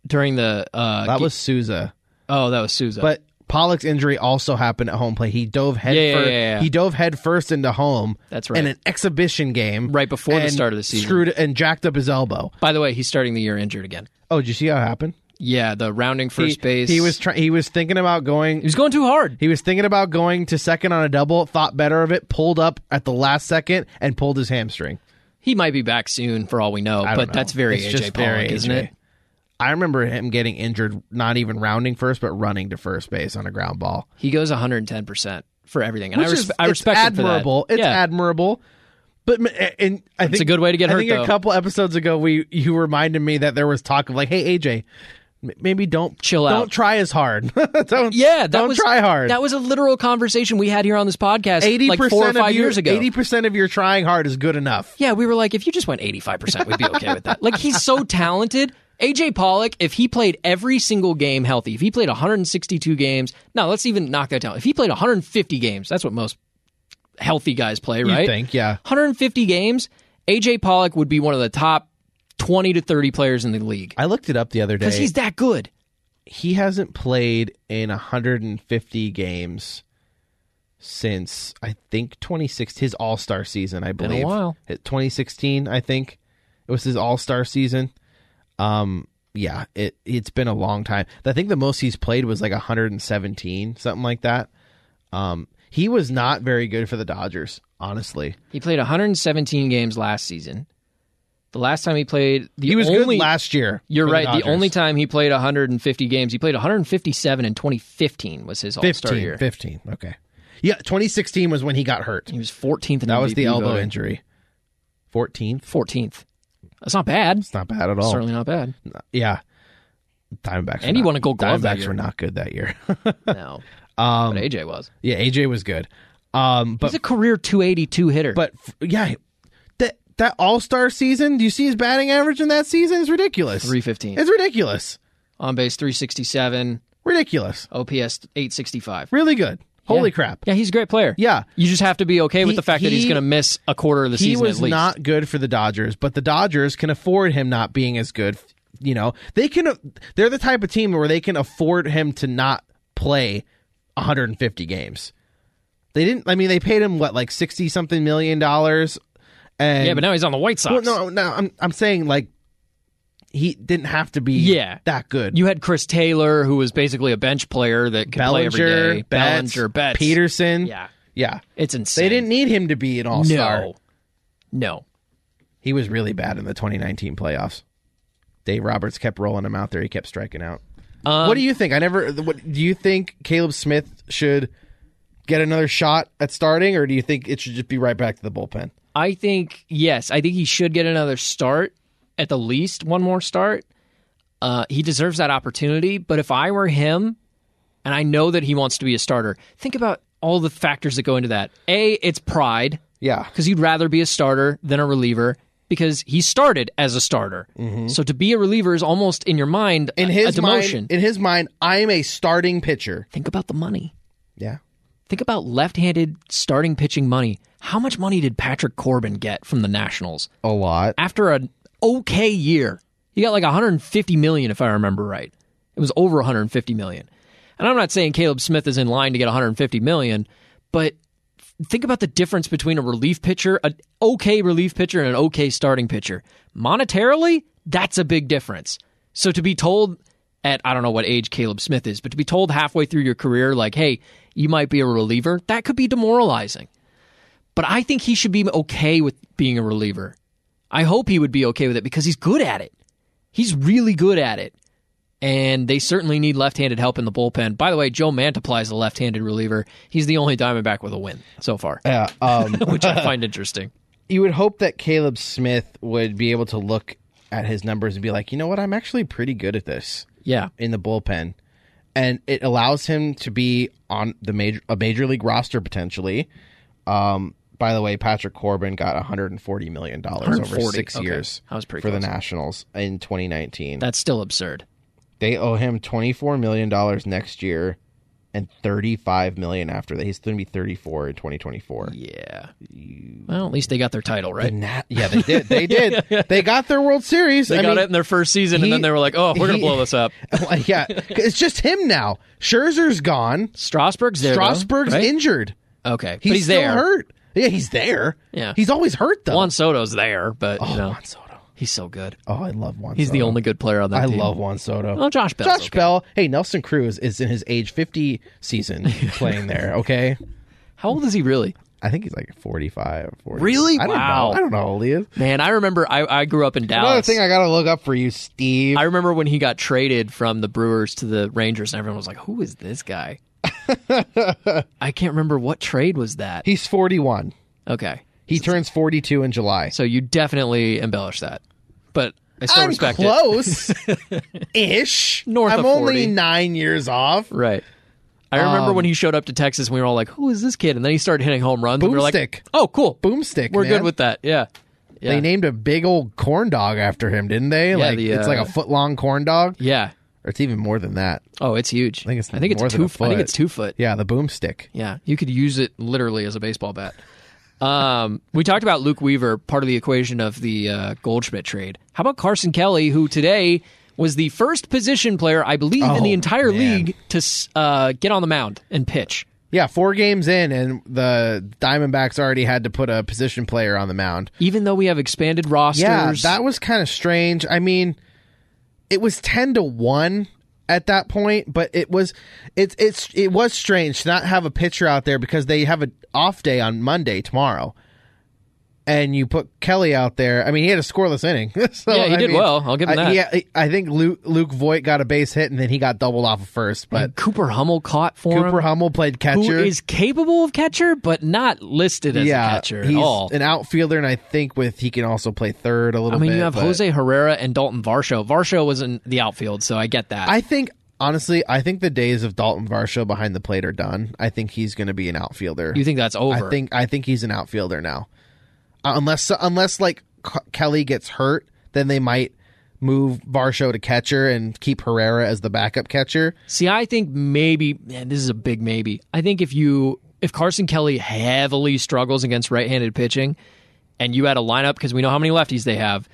[SPEAKER 2] during the uh
[SPEAKER 3] That
[SPEAKER 2] ge-
[SPEAKER 3] was Souza.
[SPEAKER 2] oh that was Souza.
[SPEAKER 3] But Pollock's injury also happened at home plate. He dove head
[SPEAKER 2] Yeah, yeah,
[SPEAKER 3] first.
[SPEAKER 2] yeah, yeah.
[SPEAKER 3] He dove head first into home.
[SPEAKER 2] That's right.
[SPEAKER 3] In an exhibition game
[SPEAKER 2] Right before the
[SPEAKER 3] and
[SPEAKER 2] start of the season.
[SPEAKER 3] Screwed and jacked up his elbow.
[SPEAKER 2] By the way, he's starting the year injured again.
[SPEAKER 3] Oh, did you see how it happened?
[SPEAKER 2] Yeah, the rounding first
[SPEAKER 3] he,
[SPEAKER 2] base.
[SPEAKER 3] He was try- he was thinking about going.
[SPEAKER 2] he was going too hard.
[SPEAKER 3] He was thinking about going to second on a double. Thought better of it. Pulled up at the last second and pulled his hamstring.
[SPEAKER 2] He might be back soon for all we know,
[SPEAKER 3] I don't
[SPEAKER 2] but
[SPEAKER 3] know.
[SPEAKER 2] that's very
[SPEAKER 3] It's
[SPEAKER 2] AJ
[SPEAKER 3] just
[SPEAKER 2] Pollock,
[SPEAKER 3] very
[SPEAKER 2] isn't
[SPEAKER 3] AJ.
[SPEAKER 2] it?
[SPEAKER 3] I remember him getting injured, not even rounding first, but running to first base on a ground ball.
[SPEAKER 2] He goes 110% for everything. And I,
[SPEAKER 3] Which
[SPEAKER 2] res-
[SPEAKER 3] is-
[SPEAKER 2] I
[SPEAKER 3] it's
[SPEAKER 2] respect him for that.
[SPEAKER 3] admirable. It's
[SPEAKER 2] yeah.
[SPEAKER 3] admirable. But m- and I think
[SPEAKER 2] a good way to get
[SPEAKER 3] I
[SPEAKER 2] hurt,
[SPEAKER 3] think
[SPEAKER 2] though.
[SPEAKER 3] a couple episodes ago, we you reminded me that there was talk of like, hey AJ, m- maybe don't
[SPEAKER 2] Chill
[SPEAKER 3] don't
[SPEAKER 2] out.
[SPEAKER 3] try as hard. don't
[SPEAKER 2] yeah, that
[SPEAKER 3] don't
[SPEAKER 2] was
[SPEAKER 3] try hard.
[SPEAKER 2] That was a literal conversation we had here on this podcast
[SPEAKER 3] 80%
[SPEAKER 2] like 4 or 5
[SPEAKER 3] of your,
[SPEAKER 2] years ago.
[SPEAKER 3] Eighty percent of your trying hard is good enough.
[SPEAKER 2] Yeah, we were like, if you just went 85%, we'd be okay with that. Like, he's so talented. AJ Pollock, if he played every single game healthy, if he played 162 games, no, let's even knock that down. If he played 150 games, that's what most healthy guys play,
[SPEAKER 3] You
[SPEAKER 2] right?
[SPEAKER 3] think, yeah.
[SPEAKER 2] 150 games, AJ Pollock would be one of the top 20 to 30 players in the league
[SPEAKER 3] I looked it up the other day.
[SPEAKER 2] because he's that good.
[SPEAKER 3] he hasn't played in 150 games since I think 26 his All Star season. I
[SPEAKER 2] a
[SPEAKER 3] believe
[SPEAKER 2] while.
[SPEAKER 3] Uh, 2016. I think it was his All Star season. Um, yeah, it it's been a long time. I think the most he's played was like 117, something like that. Um, he was not very good for the Dodgers, honestly.
[SPEAKER 2] He played 117 games last season. The last time he played, the
[SPEAKER 3] He was
[SPEAKER 2] only
[SPEAKER 3] good last year.
[SPEAKER 2] You're
[SPEAKER 3] for
[SPEAKER 2] right. The,
[SPEAKER 3] Dodgers.
[SPEAKER 2] only time he played 150 games, he played 157 in 2015 was his All Star
[SPEAKER 3] 15,
[SPEAKER 2] year.
[SPEAKER 3] 15. Okay, yeah, 2016 was when he got hurt.
[SPEAKER 2] He was 14th. In
[SPEAKER 3] That was
[SPEAKER 2] MVP
[SPEAKER 3] the elbow
[SPEAKER 2] voting.
[SPEAKER 3] injury. 14th.
[SPEAKER 2] 14th. That's not bad.
[SPEAKER 3] It's not bad at all.
[SPEAKER 2] Certainly not bad.
[SPEAKER 3] Yeah. Diamondbacks.
[SPEAKER 2] And he
[SPEAKER 3] were
[SPEAKER 2] won
[SPEAKER 3] not-
[SPEAKER 2] a Gold Glove that
[SPEAKER 3] Diamondbacks
[SPEAKER 2] year.
[SPEAKER 3] were not good that year.
[SPEAKER 2] No,
[SPEAKER 3] Um,
[SPEAKER 2] but AJ was.
[SPEAKER 3] yeah, AJ was good. Um, but
[SPEAKER 2] He's a career 282 hitter.
[SPEAKER 3] but f- yeah, that that All Star season. Do you see his batting average in that season? Is ridiculous.
[SPEAKER 2] 315
[SPEAKER 3] It's ridiculous.
[SPEAKER 2] on base 367,
[SPEAKER 3] Ridiculous.
[SPEAKER 2] OPS 865.
[SPEAKER 3] Really good. Holy crap.
[SPEAKER 2] Yeah, he's a great player.
[SPEAKER 3] Yeah.
[SPEAKER 2] you just have to be okay with
[SPEAKER 3] He-
[SPEAKER 2] the fact that he's
[SPEAKER 3] he-
[SPEAKER 2] going to miss a quarter of the
[SPEAKER 3] He
[SPEAKER 2] season
[SPEAKER 3] was
[SPEAKER 2] at least.
[SPEAKER 3] not good for the Dodgers, but the Dodgers can afford him not being as good. You know, they can. They're the type of team where they can afford him to not play 150 games. They didn't. I mean, they paid him what, like 60 something million dollars. And
[SPEAKER 2] yeah, but now he's on the White Sox.
[SPEAKER 3] well, no, no. I'm I'm saying like he didn't have to be
[SPEAKER 2] Yeah.
[SPEAKER 3] that good.
[SPEAKER 2] You had Chris Taylor, who was basically a bench player that could play every day.
[SPEAKER 3] Bellinger, Betts,
[SPEAKER 2] Bellinger, Betts.
[SPEAKER 3] Peterson.
[SPEAKER 2] Yeah.
[SPEAKER 3] yeah.
[SPEAKER 2] It's insane.
[SPEAKER 3] They didn't need him to be an all star.
[SPEAKER 2] No. No.
[SPEAKER 3] He was really bad in the 2019 playoffs. Dave Roberts kept rolling him out there. He kept striking out. what do you think? I never. What do you think? Caleb Smith should get another shot at starting, or do you think it should just be right back to the bullpen?
[SPEAKER 2] I think yes, I think he should get another start at the least one more start. Uh, he deserves that opportunity, but if I were him, and I know that he wants to be a starter, think about all the factors that go into that. A, it's pride
[SPEAKER 3] Yeah,
[SPEAKER 2] because you'd rather be a starter than a reliever because he started as a starter. So to be a reliever is almost in your mind
[SPEAKER 3] Mm-hmm. in
[SPEAKER 2] a,
[SPEAKER 3] his
[SPEAKER 2] a demotion.
[SPEAKER 3] mind, in his mind, I am a starting pitcher.
[SPEAKER 2] think about the money.
[SPEAKER 3] Yeah,
[SPEAKER 2] Think about left-handed starting pitching money. How much money did Patrick Corbin get from the Nationals?
[SPEAKER 3] a lot.
[SPEAKER 2] after an okay year. He got like 150 million, if I remember right. It was over 150 million. And I'm not saying Caleb Smith is in line to get 150 million, but think about the difference between a relief pitcher, an okay relief pitcher, and an okay starting pitcher. Monetarily, that's a big difference. So to be told at I don't know what age Caleb Smith is, but to be told halfway through your career, like, hey, you might be a reliever, that could be demoralizing. But I think he should be okay with being a reliever. I hope he would be okay with it because he's good at it. He's really good at it. And they certainly need left-handed help in the bullpen. By the way, Joe Mantiply is a left-handed reliever. He's the only Diamondback with a win so far,
[SPEAKER 3] Yeah, um,
[SPEAKER 2] which I find interesting.
[SPEAKER 3] you would hope that Caleb Smith would be able to look at his numbers and be like, you know what, I'm actually pretty good at this.
[SPEAKER 2] Yeah,
[SPEAKER 3] in the bullpen, and it allows him to be on the major a major league roster potentially. Um, by the way, Patrick Corbin got 140 million dollars over
[SPEAKER 2] 140,
[SPEAKER 3] six
[SPEAKER 2] okay.
[SPEAKER 3] years
[SPEAKER 2] That was pretty
[SPEAKER 3] for the
[SPEAKER 2] close.
[SPEAKER 3] Nationals in 2019.
[SPEAKER 2] that's still absurd.
[SPEAKER 4] They owe him twenty four million dollars next year, and thirty five million after that. He's going to be thirty four in twenty twenty four.
[SPEAKER 2] Yeah. Well, at least they got their title right.
[SPEAKER 4] Yeah, they did. They did. They got their World Series.
[SPEAKER 2] They
[SPEAKER 4] I
[SPEAKER 2] got
[SPEAKER 4] mean,
[SPEAKER 2] it in their first season,
[SPEAKER 4] he-
[SPEAKER 2] and then they were like, "Oh, we're gonna
[SPEAKER 4] he-
[SPEAKER 2] blow this up."
[SPEAKER 4] yeah,
[SPEAKER 3] It's just him now. Scherzer's gone.
[SPEAKER 2] Strasburg's there. though,
[SPEAKER 3] Strasburg's
[SPEAKER 2] right?
[SPEAKER 3] injured.
[SPEAKER 2] Okay,
[SPEAKER 3] He's
[SPEAKER 2] but he's
[SPEAKER 3] still
[SPEAKER 2] there.
[SPEAKER 3] hurt. Yeah, he's there.
[SPEAKER 2] Yeah.
[SPEAKER 3] He's always hurt though.
[SPEAKER 2] Juan Soto's there, but you know,
[SPEAKER 4] Juan Soto.
[SPEAKER 2] he's so good.
[SPEAKER 3] oh, I love Juan.
[SPEAKER 2] He's the
[SPEAKER 3] Soto.
[SPEAKER 2] only good player on that
[SPEAKER 3] I
[SPEAKER 2] team.
[SPEAKER 3] love Juan Soto.
[SPEAKER 2] Well, Josh Bell's
[SPEAKER 3] Josh
[SPEAKER 2] okay.
[SPEAKER 3] Bell. Hey, Nelson Cruz is in his age 50 season playing there, okay?
[SPEAKER 2] How old is he really?
[SPEAKER 4] I think he's like 45, 40.
[SPEAKER 2] Really?
[SPEAKER 4] I don't Know.
[SPEAKER 2] Wow.
[SPEAKER 4] I don't know how old he is.
[SPEAKER 2] Man, I remember I, I grew up in
[SPEAKER 4] Another
[SPEAKER 2] Dallas.
[SPEAKER 4] thing I gotta look up for you, Steve.
[SPEAKER 2] I remember when he got traded from the Brewers to the Rangers, and everyone was like, "Who is this guy?" I can't remember what trade was that.
[SPEAKER 4] he's forty one.
[SPEAKER 2] Okay,
[SPEAKER 4] He turns forty two in July.
[SPEAKER 2] so you definitely embellish that, but I still
[SPEAKER 3] I'm
[SPEAKER 2] respect it.
[SPEAKER 3] close ish.
[SPEAKER 2] North
[SPEAKER 3] I'm
[SPEAKER 2] of
[SPEAKER 3] only
[SPEAKER 2] 40.
[SPEAKER 3] nine years off.
[SPEAKER 2] Right. I remember
[SPEAKER 4] Um,
[SPEAKER 2] when he showed up to Texas, and we were all like, "Who is this kid?" And then he started hitting home runs. and we were
[SPEAKER 3] Boomstick.
[SPEAKER 2] like, "Oh, cool,
[SPEAKER 3] Boomstick.
[SPEAKER 2] We're
[SPEAKER 3] man.
[SPEAKER 2] good with that." Yeah, yeah,
[SPEAKER 3] They named a big old corn dog after him, didn't they? like
[SPEAKER 2] the,
[SPEAKER 3] it's like
[SPEAKER 2] uh,
[SPEAKER 3] a foot long corn dog,
[SPEAKER 2] yeah.
[SPEAKER 4] Or it's even more than that.
[SPEAKER 2] Oh, it's huge. I
[SPEAKER 4] think it's
[SPEAKER 2] I think
[SPEAKER 4] more
[SPEAKER 2] it's
[SPEAKER 4] than
[SPEAKER 2] two.
[SPEAKER 4] a
[SPEAKER 2] I think
[SPEAKER 4] foot.
[SPEAKER 2] it's two foot.
[SPEAKER 4] Yeah, the boomstick.
[SPEAKER 2] Yeah, you could use it literally as a baseball bat. Um, we talked about Luke Weaver, part of the equation of the uh, Goldschmidt trade. How about Carson Kelly, who today was the first position player, I believe, in the
[SPEAKER 3] Oh,
[SPEAKER 2] entire
[SPEAKER 3] man.
[SPEAKER 2] league to s- uh, get on the mound and pitch.
[SPEAKER 3] Yeah, four games in, and the Diamondbacks already had to put a position player on the mound.
[SPEAKER 2] Even though we have expanded rosters,
[SPEAKER 3] Yeah, that was kind of strange. I mean, it was ten to one at that point, but it was it's it's it was strange to not have a pitcher out there because they have an off day on Monday tomorrow, and you put Kelly out there. I mean, he had a scoreless inning. so,
[SPEAKER 2] Yeah, he
[SPEAKER 3] I
[SPEAKER 2] did
[SPEAKER 3] mean,
[SPEAKER 2] well. I'll give him
[SPEAKER 3] I,
[SPEAKER 2] that.
[SPEAKER 3] he- I think Luke Luke Voigt got a base hit, and then he got doubled off of first. But
[SPEAKER 2] Cooper Hummel caught for him.
[SPEAKER 3] Cooper Hummel played catcher.
[SPEAKER 2] who is capable of catcher, but not listed as a catcher at
[SPEAKER 3] he's
[SPEAKER 2] all.
[SPEAKER 3] an outfielder, and I think with he can also play third a little.
[SPEAKER 2] I mean,
[SPEAKER 3] bit,
[SPEAKER 2] you have
[SPEAKER 3] but-
[SPEAKER 2] Jose Herrera and Dalton Varsho. Varsho was in the outfield, so I get that.
[SPEAKER 3] I think honestly, I think the days of Dalton Varsho behind the plate are done. I think he's going to be an outfielder.
[SPEAKER 2] you think that's over?
[SPEAKER 3] I think I think he's an outfielder now, uh, unless unless like K- Kelly gets hurt, then they might move Varsho to catcher and keep Herrera as the backup catcher.
[SPEAKER 2] See, I think maybe man, this is a big maybe. I think if you if Carson Kelly heavily struggles against right-handed pitching, and you had a lineup because we know how many lefties they have.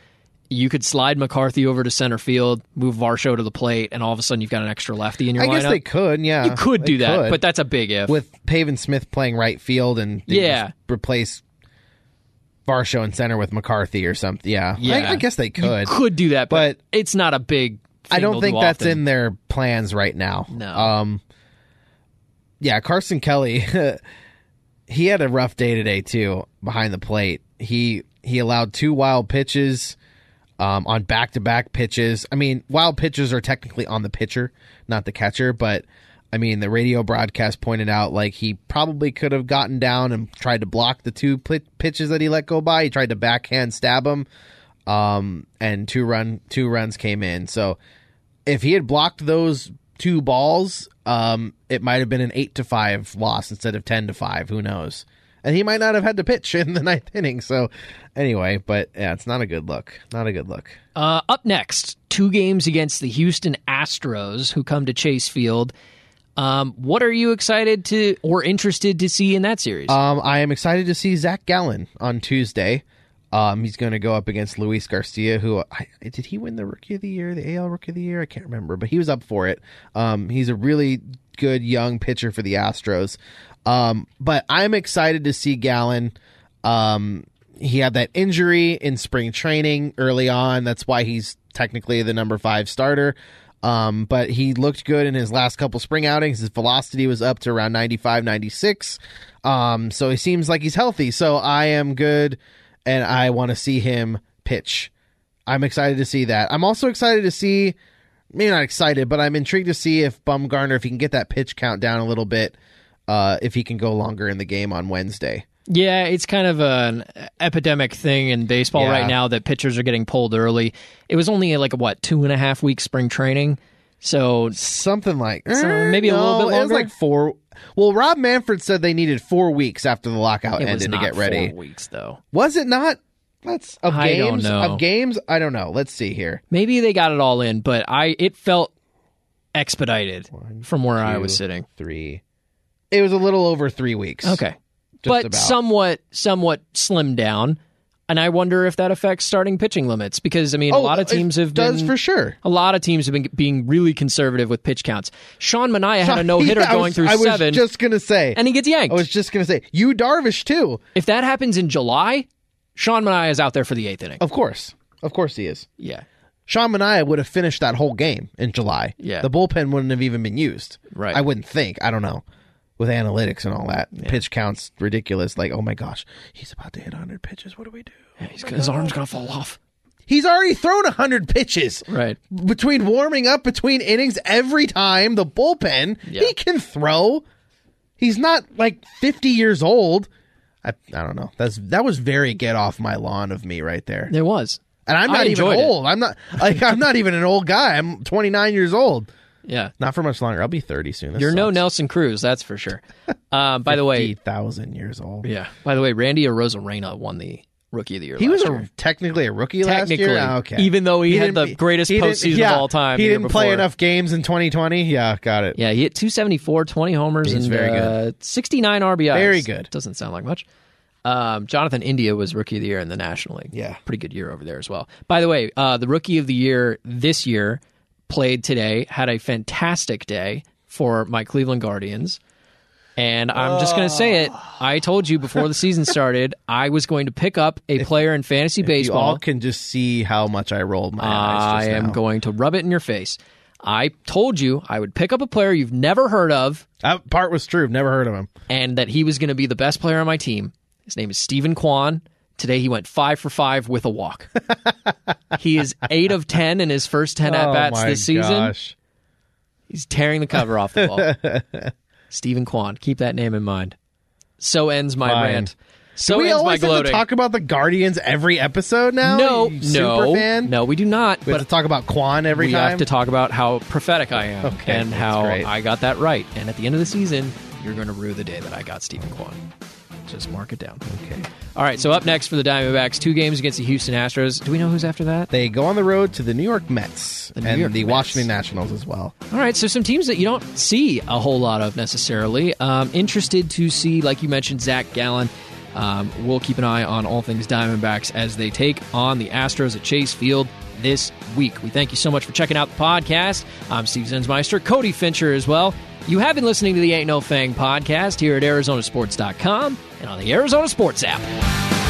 [SPEAKER 2] You could slide McCarthy over to center field, move Varsho to the plate, and all of a sudden you've got an extra lefty in your
[SPEAKER 3] I
[SPEAKER 2] lineup.
[SPEAKER 3] guess they could. Yeah,
[SPEAKER 2] you could
[SPEAKER 3] they
[SPEAKER 2] do that,
[SPEAKER 3] could.
[SPEAKER 2] but that's a big if.
[SPEAKER 3] with Paven Smith playing right field and they
[SPEAKER 2] Yeah.
[SPEAKER 3] just replace Varsho in center with McCarthy or something. Yeah, I-
[SPEAKER 2] Yeah.
[SPEAKER 3] I, guess they could.
[SPEAKER 2] could do that, but,
[SPEAKER 3] But
[SPEAKER 2] it's not a big.
[SPEAKER 3] I
[SPEAKER 2] thing
[SPEAKER 3] don't
[SPEAKER 2] they'll
[SPEAKER 3] think
[SPEAKER 2] do
[SPEAKER 3] that's
[SPEAKER 2] often.
[SPEAKER 3] in their plans right now.
[SPEAKER 2] No.
[SPEAKER 3] Um. Yeah, Carson Kelly, he had a rough day today too behind the plate. He he allowed two wild pitches. Um, on back-to-back pitches. I mean, wild pitches are technically on the pitcher, not the catcher, but I mean, the radio broadcast pointed out like he probably could have gotten down and tried to block the two pl- pitches that he let go by. He tried to backhand stab him, um, and two run two runs came in. So if he had blocked those two balls, um, it might have been an eight to five loss instead of ten to five. Who knows? And he might not have had to pitch in the ninth inning. So anyway, but yeah, it's not a good look. Not a good look.
[SPEAKER 2] Uh, up next, two games against the Houston Astros, who come to Chase Field. Um, what are you excited to or interested to see in that series?
[SPEAKER 3] Um, I am excited to see Zach Gallen on Tuesday. Um, he's going to go up against Luis Garcia, who I, did he win the Rookie of the Year, the AL Rookie of the Year? I can't remember, but he was up for it. Um, he's a really good young pitcher for the Astros. Um, but I'm excited to see Gallen. Um, he had that injury in spring training early on. That's why he's technically the number five starter. Um, but he looked good in his last couple spring outings. His velocity was up to around 95, 96. Um, so he seems like he's healthy. So I am good and I want to see him pitch. I'm excited to see that. I'm also excited to see, maybe not excited, but I'm intrigued to see if Bumgarner, if he can get that pitch count down a little bit, uh, if he can go longer in the game on Wednesday.
[SPEAKER 2] yeah, it's kind of an epidemic thing in baseball
[SPEAKER 3] Yeah.
[SPEAKER 2] right now that pitchers are getting pulled early. It was only like what two and a half weeks spring training, so
[SPEAKER 3] something like
[SPEAKER 2] So maybe a
[SPEAKER 3] Eh,
[SPEAKER 2] little
[SPEAKER 3] no,
[SPEAKER 2] bit
[SPEAKER 3] It was
[SPEAKER 2] longer?
[SPEAKER 3] like four. Well, Rob Manfred said they needed four weeks after the lockout
[SPEAKER 2] it was
[SPEAKER 3] ended to
[SPEAKER 2] not
[SPEAKER 3] get ready.
[SPEAKER 2] four weeks though.
[SPEAKER 3] Was it not? Let's of
[SPEAKER 2] I don't
[SPEAKER 3] games
[SPEAKER 2] know.
[SPEAKER 3] of games. I don't know. Let's see here.
[SPEAKER 2] Maybe they got it all in, but I it felt expedited from where I was sitting.
[SPEAKER 4] Three.
[SPEAKER 3] It was a little over three weeks.
[SPEAKER 2] Okay. but
[SPEAKER 3] about.
[SPEAKER 2] somewhat somewhat slimmed down. And I wonder if that affects starting pitching limits because I mean a lot of
[SPEAKER 3] Oh, it
[SPEAKER 2] teams have
[SPEAKER 3] does
[SPEAKER 2] been
[SPEAKER 3] for sure.
[SPEAKER 2] a lot of teams have been being really conservative with pitch counts. Sean Mania had a no hitter
[SPEAKER 3] Yeah, I
[SPEAKER 2] going
[SPEAKER 3] was-
[SPEAKER 2] through
[SPEAKER 3] I was
[SPEAKER 2] seven,
[SPEAKER 3] just gonna say.
[SPEAKER 2] and he gets yanked.
[SPEAKER 3] I was just gonna say you Darvish too.
[SPEAKER 2] if that happens in July, Sean Mania is out there for the eighth inning.
[SPEAKER 3] Of course, of course he is.
[SPEAKER 2] Yeah,
[SPEAKER 3] Sean Mania would have finished that whole game in July.
[SPEAKER 2] Yeah.
[SPEAKER 3] the bullpen wouldn't have even been used.
[SPEAKER 2] Right.
[SPEAKER 3] I wouldn't think. I don't know. With analytics and all that, pitch counts ridiculous. Like, oh my gosh, he's about to hit 100 pitches. What do we do?
[SPEAKER 2] He's- his arm's gonna fall off.
[SPEAKER 3] He's already thrown 100 pitches.
[SPEAKER 2] Right.
[SPEAKER 3] between warming up between innings every time the bullpen
[SPEAKER 2] Yeah.
[SPEAKER 3] he can throw he's not like 50 years old I, I don't know that's that was very get off my lawn of me right there
[SPEAKER 2] There was.
[SPEAKER 3] and i'm
[SPEAKER 2] I
[SPEAKER 3] not even
[SPEAKER 2] enjoyed it.
[SPEAKER 3] old i'm not like i'm not even an old guy i'm 29 years old
[SPEAKER 2] Yeah.
[SPEAKER 3] not for much longer i'll be 30 soon This
[SPEAKER 2] You're no
[SPEAKER 3] sucks.
[SPEAKER 2] Nelson Cruz, that's for sure. Uh, by the way,
[SPEAKER 3] 50,000 years old
[SPEAKER 2] yeah. By the way, Randy Arozarena won the Rookie of the Year.
[SPEAKER 3] he
[SPEAKER 2] last
[SPEAKER 3] was
[SPEAKER 2] year.
[SPEAKER 3] a, technically a rookie
[SPEAKER 2] technically,
[SPEAKER 3] last year. Ah, okay.
[SPEAKER 2] even though he, had
[SPEAKER 3] didn't-
[SPEAKER 2] the greatest
[SPEAKER 3] he didn't-
[SPEAKER 2] postseason
[SPEAKER 3] yeah,
[SPEAKER 2] of all time.
[SPEAKER 3] He
[SPEAKER 2] the year
[SPEAKER 3] didn't play
[SPEAKER 2] before.
[SPEAKER 3] enough games in 2020. Yeah, got it.
[SPEAKER 2] Yeah, he hit 274, 20 homers,
[SPEAKER 3] He's
[SPEAKER 2] and
[SPEAKER 3] very
[SPEAKER 2] uh, 69 RBIs.
[SPEAKER 3] Very good.
[SPEAKER 2] Doesn't sound like much. Um, Jonathan India was rookie of the year in the National League.
[SPEAKER 4] Yeah.
[SPEAKER 2] Pretty good year over there as well. By the way, uh, the rookie of the year this year played today, had a fantastic day for my Cleveland Guardians. And I'm just going to say it. I told you before the season started, I was going to pick up a player in fantasy
[SPEAKER 3] You
[SPEAKER 2] baseball.
[SPEAKER 3] all can just see how much I rolled my eyes.
[SPEAKER 2] I
[SPEAKER 3] Just
[SPEAKER 2] am
[SPEAKER 3] now.
[SPEAKER 2] going to rub it in your face. I told you I would pick up a player you've never heard of
[SPEAKER 3] That part was true. Never heard of him.
[SPEAKER 2] and that he was going to be the best player on my team. His name is Stephen Kwan. Today he went five for five with a walk. he is eight of 10 in his first 10 at bats
[SPEAKER 3] Oh my
[SPEAKER 2] this season.
[SPEAKER 3] gosh.
[SPEAKER 2] He's tearing the cover off the ball. Stephen Kwan. Keep that name in mind. So ends my
[SPEAKER 3] Fine.
[SPEAKER 2] rant. So
[SPEAKER 3] we
[SPEAKER 2] ends my
[SPEAKER 3] always have to
[SPEAKER 2] gloating.
[SPEAKER 3] talk about the Guardians every episode now.
[SPEAKER 2] no,
[SPEAKER 3] you super
[SPEAKER 2] no,
[SPEAKER 3] fan.
[SPEAKER 2] no, we do not.
[SPEAKER 3] We
[SPEAKER 2] but
[SPEAKER 3] have to talk about Quan every
[SPEAKER 2] we
[SPEAKER 3] time.
[SPEAKER 2] have to talk about how prophetic I am
[SPEAKER 3] Okay,
[SPEAKER 2] and
[SPEAKER 3] that's
[SPEAKER 2] how
[SPEAKER 3] great.
[SPEAKER 2] I got that right. And at the end of the season, you're going to rue the day that I got Stephen Kwan. Just mark it down. Okay. All right. So up next for the Diamondbacks, two games against the Houston Astros. Do we know who's after that?
[SPEAKER 3] they go on the road to the New York Mets
[SPEAKER 2] New
[SPEAKER 3] and
[SPEAKER 2] York
[SPEAKER 3] the
[SPEAKER 2] Mets.
[SPEAKER 3] Washington Nationals as well.
[SPEAKER 2] All right. So some teams that you don't see a whole lot of necessarily. Um, interested to see, like you mentioned, Zach Gallen. Um, we'll keep an eye on all things Diamondbacks as they take on the Astros at Chase Field this week. We thank you so much for checking out the podcast. I'm Steve Zensmeister, Cody Fincher as well. You have been listening to the Ain't No Fang podcast here at ArizonaSports.com and on the Arizona Sports app.